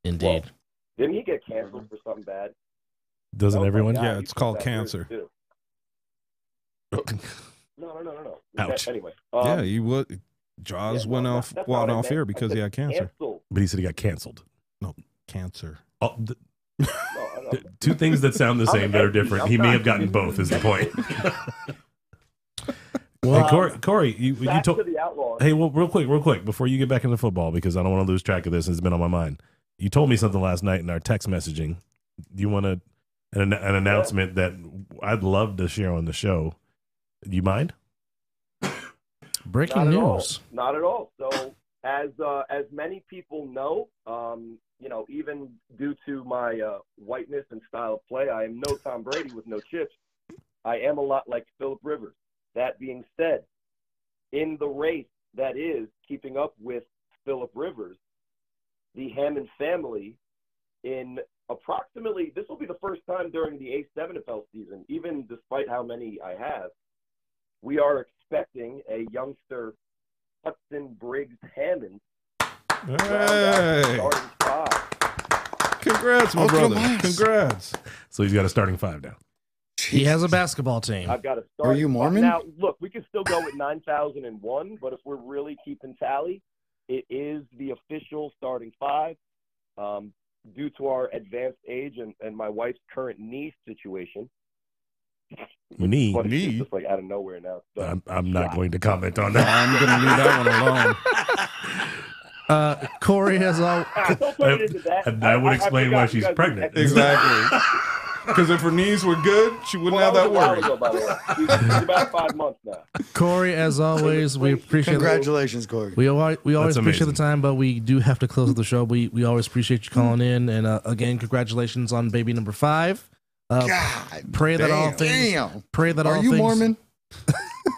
Speaker 1: Indeed.
Speaker 16: Didn't he get canceled for something bad? Oh
Speaker 2: Oh
Speaker 4: Doesn't everyone?
Speaker 3: Mm-hmm. Yeah, it's called cancer.
Speaker 16: Too. No, no, no, no, no.
Speaker 3: Ouch.
Speaker 16: Anyway,
Speaker 3: yeah,
Speaker 16: um,
Speaker 3: he would. Jaws
Speaker 16: yeah,
Speaker 3: went
Speaker 16: no,
Speaker 3: off,
Speaker 16: that- that's
Speaker 3: went
Speaker 16: not what I
Speaker 3: off air
Speaker 16: meant. I
Speaker 3: because he
Speaker 16: said
Speaker 3: had cancer.
Speaker 16: canceled.
Speaker 4: But he said he got canceled.
Speaker 3: No, cancer.
Speaker 4: Oh, th-
Speaker 16: no, I know.
Speaker 4: th- two things that sound the
Speaker 16: I'm
Speaker 4: same that are
Speaker 16: empty.
Speaker 4: different.
Speaker 16: I'm
Speaker 4: He may
Speaker 16: not-
Speaker 4: have gotten both. Is the point?
Speaker 1: Well,
Speaker 4: hey, Corey, Corey, you, you
Speaker 16: back
Speaker 4: told.
Speaker 16: to the Outlaws.
Speaker 4: Hey, well, real quick, real quick, before you get back into football, because I don't want to lose track of this. It's been on my mind. You told me something last night in our text messaging. You want to an, an announcement that I'd love to share on the show. You mind?
Speaker 1: Breaking
Speaker 16: Not at all.
Speaker 1: news.
Speaker 16: Not at all. So, as uh, as many people know, um, you know, even due to my uh, whiteness and style of play, I am no Tom Brady with no chips. I am a lot like Philip Rivers. That being said, in the race that is keeping up with Philip Rivers, the Hammond family, in approximately this will be the first time during the A7FL season, even despite how many I have, we are expecting a youngster Hudson Briggs Hammond
Speaker 3: Hey,
Speaker 16: starting five.
Speaker 3: congrats, my brother. Congrats.
Speaker 4: So he's got a starting five now.
Speaker 1: He has a basketball team.
Speaker 16: I've got to start.
Speaker 1: Are you Mormon?
Speaker 16: Now, look, we can still go with 9,001, but if we're really keeping tally, it is the official starting five. Um, due to our advanced age and, and my wife's current knee situation,
Speaker 4: Knee.
Speaker 16: but it's just like out of nowhere now. So,
Speaker 4: I'm, I'm not going to comment on that. I'm
Speaker 3: going to leave that one alone.
Speaker 1: Uh, Corey has all.
Speaker 16: don't turn it into that.
Speaker 4: And that would explain why
Speaker 16: forgot you
Speaker 4: she's
Speaker 16: guys were
Speaker 4: pregnant.
Speaker 3: Exactly. Because if her knees were good, she wouldn't
Speaker 16: Well,
Speaker 3: have that
Speaker 16: was
Speaker 3: worry.
Speaker 16: a while ago, by the way. She's- she's about five months now.
Speaker 1: Corey, as always, we appreciate
Speaker 2: Congratulations, Corey.
Speaker 1: We always, we always
Speaker 2: That's
Speaker 1: appreciate the
Speaker 2: amazing.
Speaker 1: time, but we do have to close the show. We we always appreciate you calling in, and uh, again, congratulations on baby number five. Uh, pray that all
Speaker 2: damn.
Speaker 1: things.
Speaker 2: Damn.
Speaker 1: Pray that
Speaker 2: Are
Speaker 1: all
Speaker 2: you
Speaker 1: things-
Speaker 2: Mormon?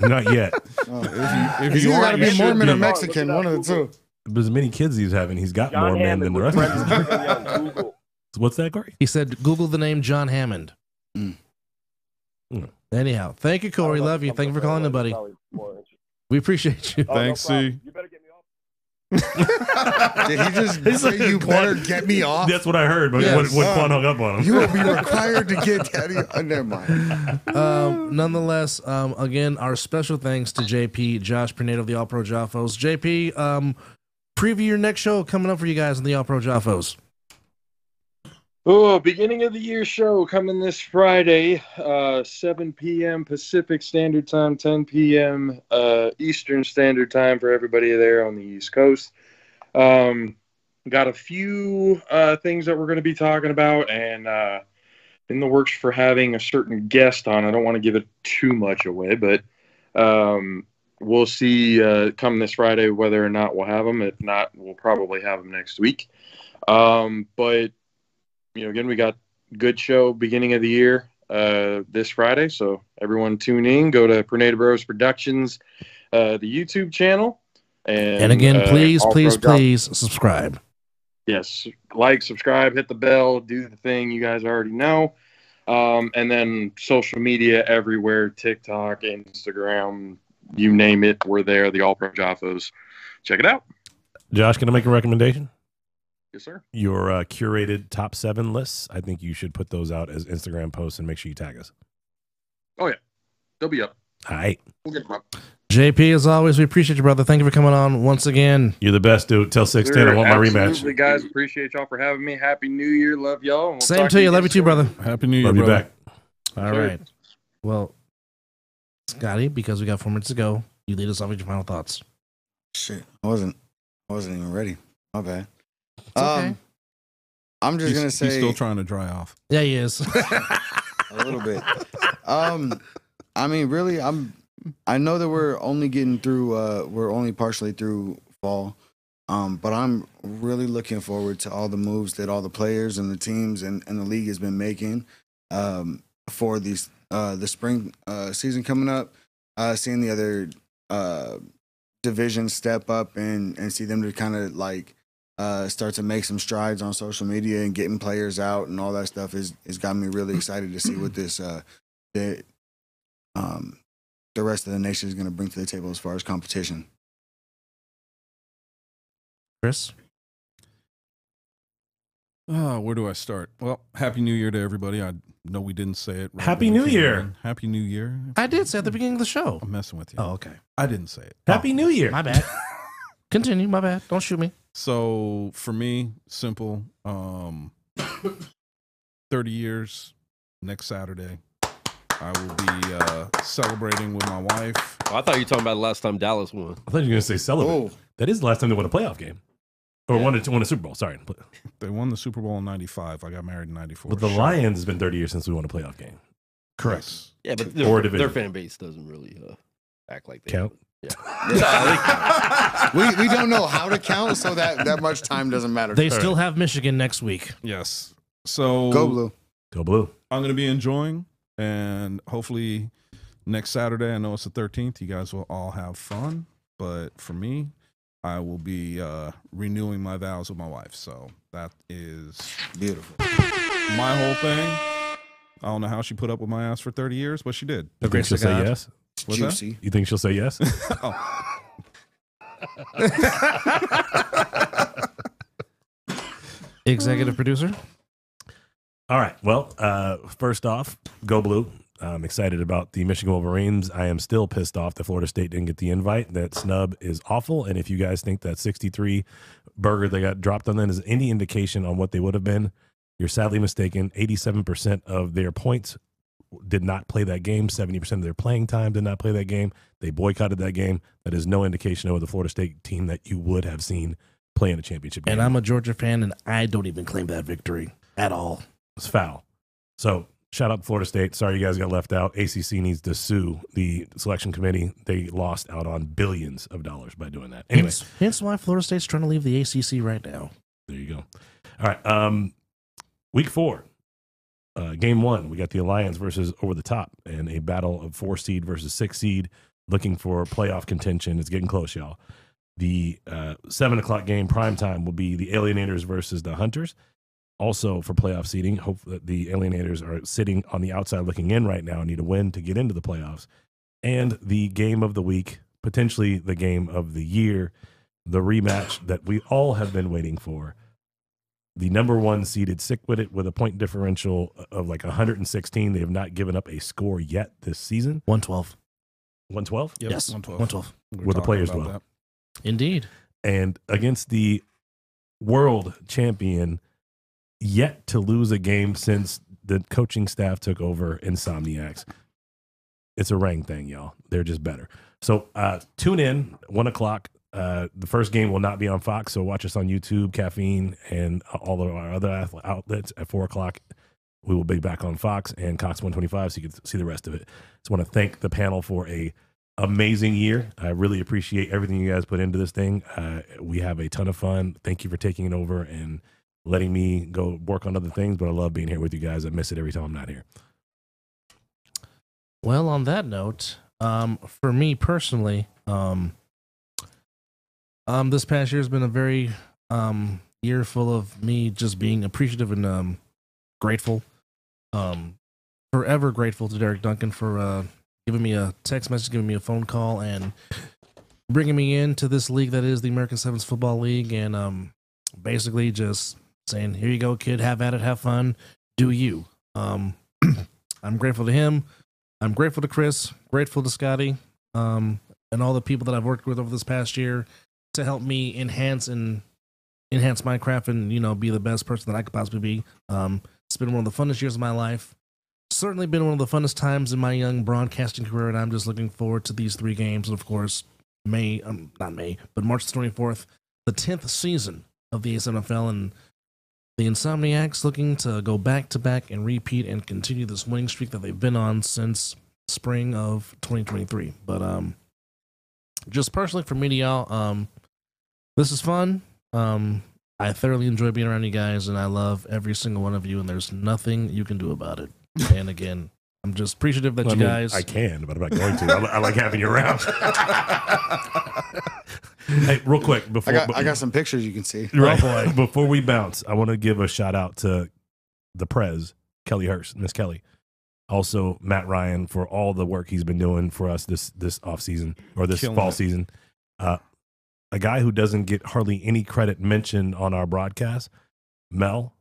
Speaker 4: Not yet.
Speaker 2: Oh, if you
Speaker 4: aren't,
Speaker 2: gotta be
Speaker 4: should
Speaker 2: Mormon or Mexican, one of the two.
Speaker 4: But as many kids he's having, he's got more men than the rest of them. So What's that, Corey?
Speaker 1: He said, "Google the name John Hammond."
Speaker 2: Mm.
Speaker 4: Hmm.
Speaker 1: Anyhow, thank you, Corey. Love you. Thank you for calling in, buddy. We appreciate you.
Speaker 16: Oh, no Thanks, problem.
Speaker 1: C.
Speaker 16: You better get me
Speaker 2: Did he just
Speaker 4: He's
Speaker 2: say,
Speaker 4: like,
Speaker 2: you
Speaker 4: Quan-
Speaker 2: better get me off?
Speaker 4: That's what I heard, but
Speaker 2: Yes.
Speaker 4: when, when
Speaker 2: Uh,
Speaker 4: Quan hung up on him.
Speaker 2: You will be required to get daddy. Oh, never mind.
Speaker 1: um, nonetheless, um, again, our special thanks to JP, Josh Pernado of the All Pro Jaffos. JP, um, preview your next show coming up for you guys on the All Pro Jaffos.
Speaker 6: Oh, beginning of the year show coming this Friday, uh, 7 p.m. Pacific Standard Time, 10 p.m. Uh, Eastern Standard Time for everybody there on the East Coast. Um, got a few uh, things that we're going to be talking about and uh, in the works for having a certain guest on. I don't want to give it too much away, but um, we'll see uh, come this Friday whether or not we'll have them. If not, we'll probably have them next week. Um, but you know, again, we got good show beginning of the year uh, this Friday. So everyone tune in. Go to Pernada Bros Productions, uh, the YouTube channel. And,
Speaker 1: And, again,
Speaker 6: uh,
Speaker 1: please,
Speaker 6: All
Speaker 1: please,
Speaker 6: Pro Jal-
Speaker 1: please subscribe.
Speaker 6: Yes, like, subscribe, hit the bell, do the thing you guys already know. Um, and then social media everywhere TikTok, Instagram, you name it, we're there. The All Pro Jaffos. Check it out.
Speaker 4: Josh, can I make a recommendation?
Speaker 6: Yes, sir.
Speaker 4: Your uh, curated top seven lists, I think you should put those out as Instagram posts and make sure you tag us.
Speaker 6: Oh, yeah. They'll be up.
Speaker 4: All right.
Speaker 6: We'll get them up.
Speaker 1: JP, as always, we appreciate you, brother. Thank you for coming on once again.
Speaker 4: You're the best, dude. Till 610. I want my rematch.
Speaker 6: Absolutely, guys. Appreciate y'all for having me. Happy New Year. Love y'all. and we'll
Speaker 1: Same
Speaker 6: talk
Speaker 1: to you.
Speaker 6: again
Speaker 1: Love you too,
Speaker 6: soon.
Speaker 1: brother.
Speaker 3: Happy New Year,
Speaker 4: Love you
Speaker 3: brother.
Speaker 4: back.
Speaker 1: All
Speaker 6: Sure.
Speaker 1: right. Well, Scotty, because we got four minutes to go, you lead us off with your final thoughts.
Speaker 2: Shit, I wasn't. I wasn't even ready. My bad.
Speaker 1: okay.
Speaker 2: Um, I'm just
Speaker 3: He's-
Speaker 2: gonna say
Speaker 3: he's still trying to dry off.
Speaker 1: Yeah, he is.
Speaker 2: a little bit. Um, I mean, really, I'm. I know that we're only getting through. Uh, we're only partially through fall. Um, but I'm really looking forward to all the moves that all the players and the teams and, and the league has been making. Um, for these uh, the spring uh, season coming up. Uh, seeing the other uh, divisions step up and and see them to kind of like uh, start to make some strides on social media and getting players out and all that stuff is has got me really excited to see what this uh, the um, the rest of the nation is going to bring to the table as far as competition.
Speaker 1: Chris,
Speaker 3: Ah, where do I start? Well, happy New Year to everybody. I know we didn't say it.
Speaker 4: Happy
Speaker 3: when we
Speaker 4: New
Speaker 3: came
Speaker 4: Year.
Speaker 3: on. Happy New Year.
Speaker 1: I did say at the beginning of the show. Oh,
Speaker 3: I'm messing with you. Oh,
Speaker 4: okay.
Speaker 3: I didn't say it.
Speaker 4: Happy New Year.
Speaker 1: My bad. Continue. My bad. Don't shoot me.
Speaker 3: So for me, simple. Um, thirty years next Saturday, I will be uh, celebrating with my wife.
Speaker 5: Oh, I thought you were talking about the last time Dallas won.
Speaker 4: I thought you were going to say celebrate. That is the last time they won a playoff game, or won a, won a Super Bowl. Sorry, but
Speaker 3: They won the Super Bowl in '95. I got married in '94.
Speaker 4: the Lions has been 30 years since we won a playoff game. Correct.
Speaker 5: Yeah, but
Speaker 4: or
Speaker 5: their,
Speaker 4: a
Speaker 5: their
Speaker 4: division.
Speaker 5: fan base doesn't really uh, act like they
Speaker 4: Count?
Speaker 5: Yeah.
Speaker 2: we we don't know how to count, so that that much time doesn't matter.
Speaker 1: They still have Michigan next week.
Speaker 3: Yes. So
Speaker 2: Go blue.
Speaker 4: Go blue.
Speaker 3: I'm going to be enjoying, and hopefully next Saturday. I know it's the 13th. You guys will all have fun, but for me, I will be uh, renewing my vows with my wife. So that is
Speaker 2: beautiful.
Speaker 3: My whole thing. I don't know how she put up with my ass for 30 years, but she did.
Speaker 4: You think she'll say yes?
Speaker 3: What's that?
Speaker 4: You think she'll say yes?
Speaker 6: Mm.
Speaker 1: Executive producer.
Speaker 4: All right. Well, uh, first off, go blue. I'm excited about the Michigan Wolverines. I am still pissed off that Florida State didn't get the invite. That snub is awful. And if you guys think that 63 burger they got dropped on them is any indication on what they would have been, you're sadly mistaken. 87% of their points did not play that game. 70% of their playing time did not play that game. They boycotted that game. That is no indication of the Florida State team that you would have seen play in a championship game.
Speaker 1: And I'm a Georgia fan, and I don't even claim that victory at all.
Speaker 4: It's foul. So shout out to Florida State. Sorry you guys got left out. ACC needs to sue the selection committee. They lost out on billions of dollars by doing that. Anyway,
Speaker 1: Hence, hence why Florida State's trying to leave the ACC right now.
Speaker 4: there you go. All right. Um, week four, uh, game one, we got the Alliance versus Over the Top and a battle of four seed versus six seed looking for playoff contention. It's getting close, y'all. The uh, seven o'clock game prime time will be the Alienators versus the Hunters. Also for playoff seeding, hope that the Alienators are sitting on the outside looking in right now and need a win to get into the playoffs. And the game of the week, potentially the game of the year, the rematch that we all have been waiting for the number one seeded sick with it with a point differential of like 116 they have not given up a score yet this season
Speaker 1: 112
Speaker 4: 112
Speaker 3: Yep,
Speaker 1: yes,
Speaker 3: 112.
Speaker 1: 112.
Speaker 3: We were
Speaker 4: with the
Speaker 3: talking
Speaker 4: players
Speaker 3: about
Speaker 4: well
Speaker 3: that.
Speaker 1: Indeed.
Speaker 4: and against the world champion yet to lose a game since the coaching staff took over insomniacs it's a rang thing y'all they're just better so uh tune in one o'clock uh the first game will not be on fox so watch us on youtube caffeine and all of our other ath- outlets at four o'clock we will be back on Fox and Cox 125, so you can see the rest of it. Just want to thank the panel for a amazing year. I really appreciate everything you guys put into this thing. Uh, we have a ton of fun. Thank you for taking it over and letting me go work on other things. But I love being here with you guys. I miss it every time I'm not here.
Speaker 1: Well, on that note, um, for me personally, um, um, this past year has been a very um, year full of me just being appreciative and um, grateful. Um, forever grateful to Derek Duncan for uh, giving me a text message, giving me a phone call, and bringing me into this league that is the American Sevens Football League, and um, basically just saying, "Here you go, kid. Have at it. Have fun. Do you." Um, I'm grateful to him. I'm grateful to Chris. Grateful to Scotty. Um, and all the people that I've worked with over this past year to help me enhance and enhance Minecraft and you know be the best person that I could possibly be. Um, it's been one of the funnest years of my life. Certainly been one of the funnest times in my young broadcasting career, and I'm just looking forward to these three games. And of course, May, um, not May, but March the 24th, the 10th season of the ASNFL, and the Insomniacs looking to go back to back and repeat and continue this winning streak that they've been on since spring of 2023. But um, just personally for me to y'all, um, this is fun. Um, I thoroughly enjoy being around you guys, and I love every single one of you. And there's nothing you can do about it. And again, I'm just appreciative that
Speaker 4: Well,
Speaker 1: you
Speaker 4: I mean,
Speaker 1: guys.
Speaker 4: I can, but I'm not going to. I, li- I like having you around. hey, real quick before
Speaker 2: I got, I got some pictures you can see.
Speaker 4: Right. Before we bounce, I want to give a shout out to the Prez, Kelly Hurst, Miss Kelly. Also, Matt Ryan for all the work he's been doing for us this this off season or this
Speaker 3: Killing
Speaker 4: fall
Speaker 3: it.
Speaker 4: season. Uh, a guy who doesn't get hardly any credit mentioned on our broadcast, Mel.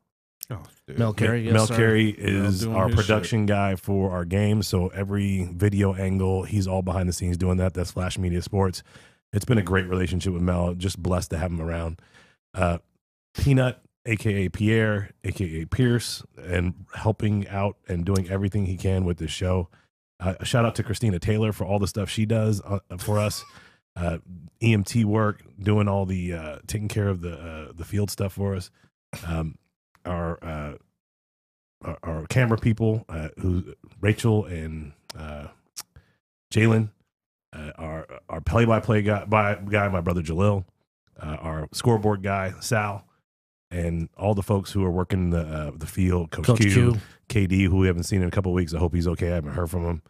Speaker 3: Oh, dude.
Speaker 1: Mel Carey, yes,
Speaker 4: Mel
Speaker 1: sir.
Speaker 4: Carey
Speaker 1: Mel
Speaker 4: is
Speaker 1: doing
Speaker 4: our
Speaker 1: his shit.
Speaker 4: production guy for our game. So every video angle, he's all behind the scenes doing that. That's Flash Media Sports. It's been a great relationship with Mel. Just blessed to have him around. Uh, Peanut, aka Pierre, aka Pierce, and helping out and doing everything he can with this show. Uh, a shout out to Christina Taylor for all the stuff she does uh, for us. Uh, EMT work, doing all the uh, taking care of the uh, the field stuff for us. Um, our uh, our, our camera people, uh, who Rachel and uh, Jalen, uh, our our play by play guy, by, guy, my brother Jalil, uh, our scoreboard guy Sal, and all the folks who are working the uh, the field, Coach,
Speaker 1: Coach
Speaker 4: Q,
Speaker 1: Q.
Speaker 4: KD, who we haven't seen in a couple weeks. I hope he's okay. I haven't heard from him.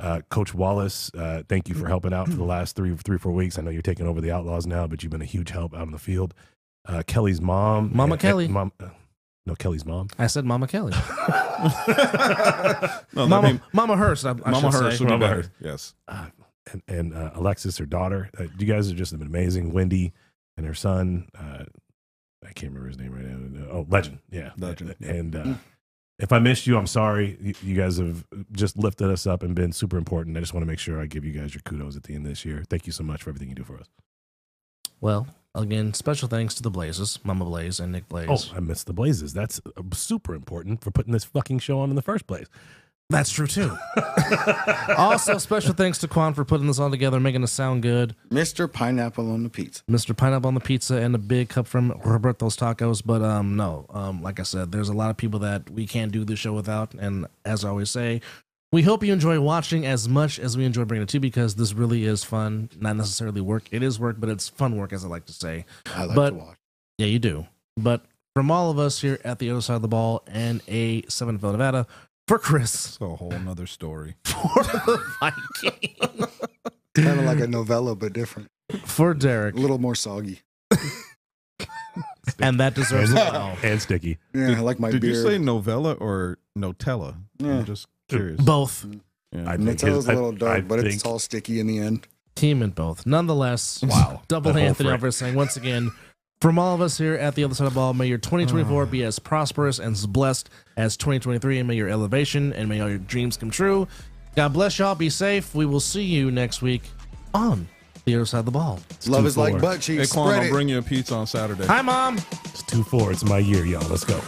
Speaker 4: Uh, Coach Wallace, uh, thank you for helping out for the last three three four weeks. I know you're taking over the Outlaws now, but you've been a huge help out on the field. Uh, Kelly's mom,
Speaker 1: Mama
Speaker 4: and-
Speaker 1: Kelly.
Speaker 4: and mom, uh, no, Kelly's mom.
Speaker 1: I said Mama Kelly.
Speaker 4: No, that'd
Speaker 1: Mama,
Speaker 4: be-
Speaker 1: Mama Hurst. I, I
Speaker 4: Mama
Speaker 1: should say.
Speaker 4: Hurst would be Mama better, Hurst. yes. Uh, and and uh, Alexis, her daughter. Uh, you guys have just been amazing. Wendy and her son. Uh, I can't remember his name right now. Oh, Legend. Yeah, Legend. And uh, if I missed you, I'm sorry. You, you guys have just lifted us up and been super important. I just want to make sure I give you guys your kudos at the end of this year. Thank you so much for everything you do for us.
Speaker 1: Well, again, special thanks to the Blazes, Mama Blaze and Nick Blaze.
Speaker 4: Oh, I missed the Blazes. That's uh, super important for putting this fucking show on in the first place.
Speaker 1: That's true too. also, special thanks to Quan for putting this all together, making us sound good.
Speaker 2: Mr. Pineapple on the pizza.
Speaker 1: Mr. Pineapple on the pizza and a big cup from Roberto's Tacos. But um, no, um, like I said, there's a lot of people that we can't do this show without. And as I always say, we hope you enjoy watching as much as we enjoy bringing it to you because this really is fun. Not necessarily work. It is work, but it's fun work, as I like to say.
Speaker 2: I like
Speaker 1: but,
Speaker 2: to watch.
Speaker 1: Yeah, you do. But from all of us here at the other side of the ball and a seven Phil Nevada for Chris.
Speaker 3: a whole nother story.
Speaker 2: kind of like a novella, but different.
Speaker 1: For Derek.
Speaker 2: A little more soggy.
Speaker 1: and that deserves it.
Speaker 4: and sticky.
Speaker 2: Yeah, I like my
Speaker 3: Did you
Speaker 2: beard.
Speaker 3: say novella or Nutella?
Speaker 2: Yeah. Mm.
Speaker 3: I'm just curious.
Speaker 1: Both.
Speaker 3: Yeah.
Speaker 4: Uh, I think
Speaker 2: Nutella's
Speaker 4: his-
Speaker 2: a
Speaker 4: I-
Speaker 2: little dark,
Speaker 4: I
Speaker 2: but it's
Speaker 4: think-
Speaker 2: all sticky in the end.
Speaker 1: Team in both. Nonetheless,
Speaker 2: Wow.
Speaker 1: Double
Speaker 2: That whole
Speaker 1: Anthony
Speaker 2: fra-
Speaker 1: Alvarez saying once again, from all of us here at the other side of the ball, may your 2024 be as prosperous and as blessed as 2023, and may your elevation and may all your dreams come true. God bless y'all. Be safe. We will see you next week on the other side of the ball.
Speaker 2: Love is like
Speaker 4: Four.
Speaker 2: butt cheese.
Speaker 3: Hey, Quan,
Speaker 2: Spread
Speaker 3: I'll
Speaker 2: it.
Speaker 3: bring you a pizza on Saturday.
Speaker 1: Hi, mom.
Speaker 4: It's two four. It's my year, y'all. Let's go.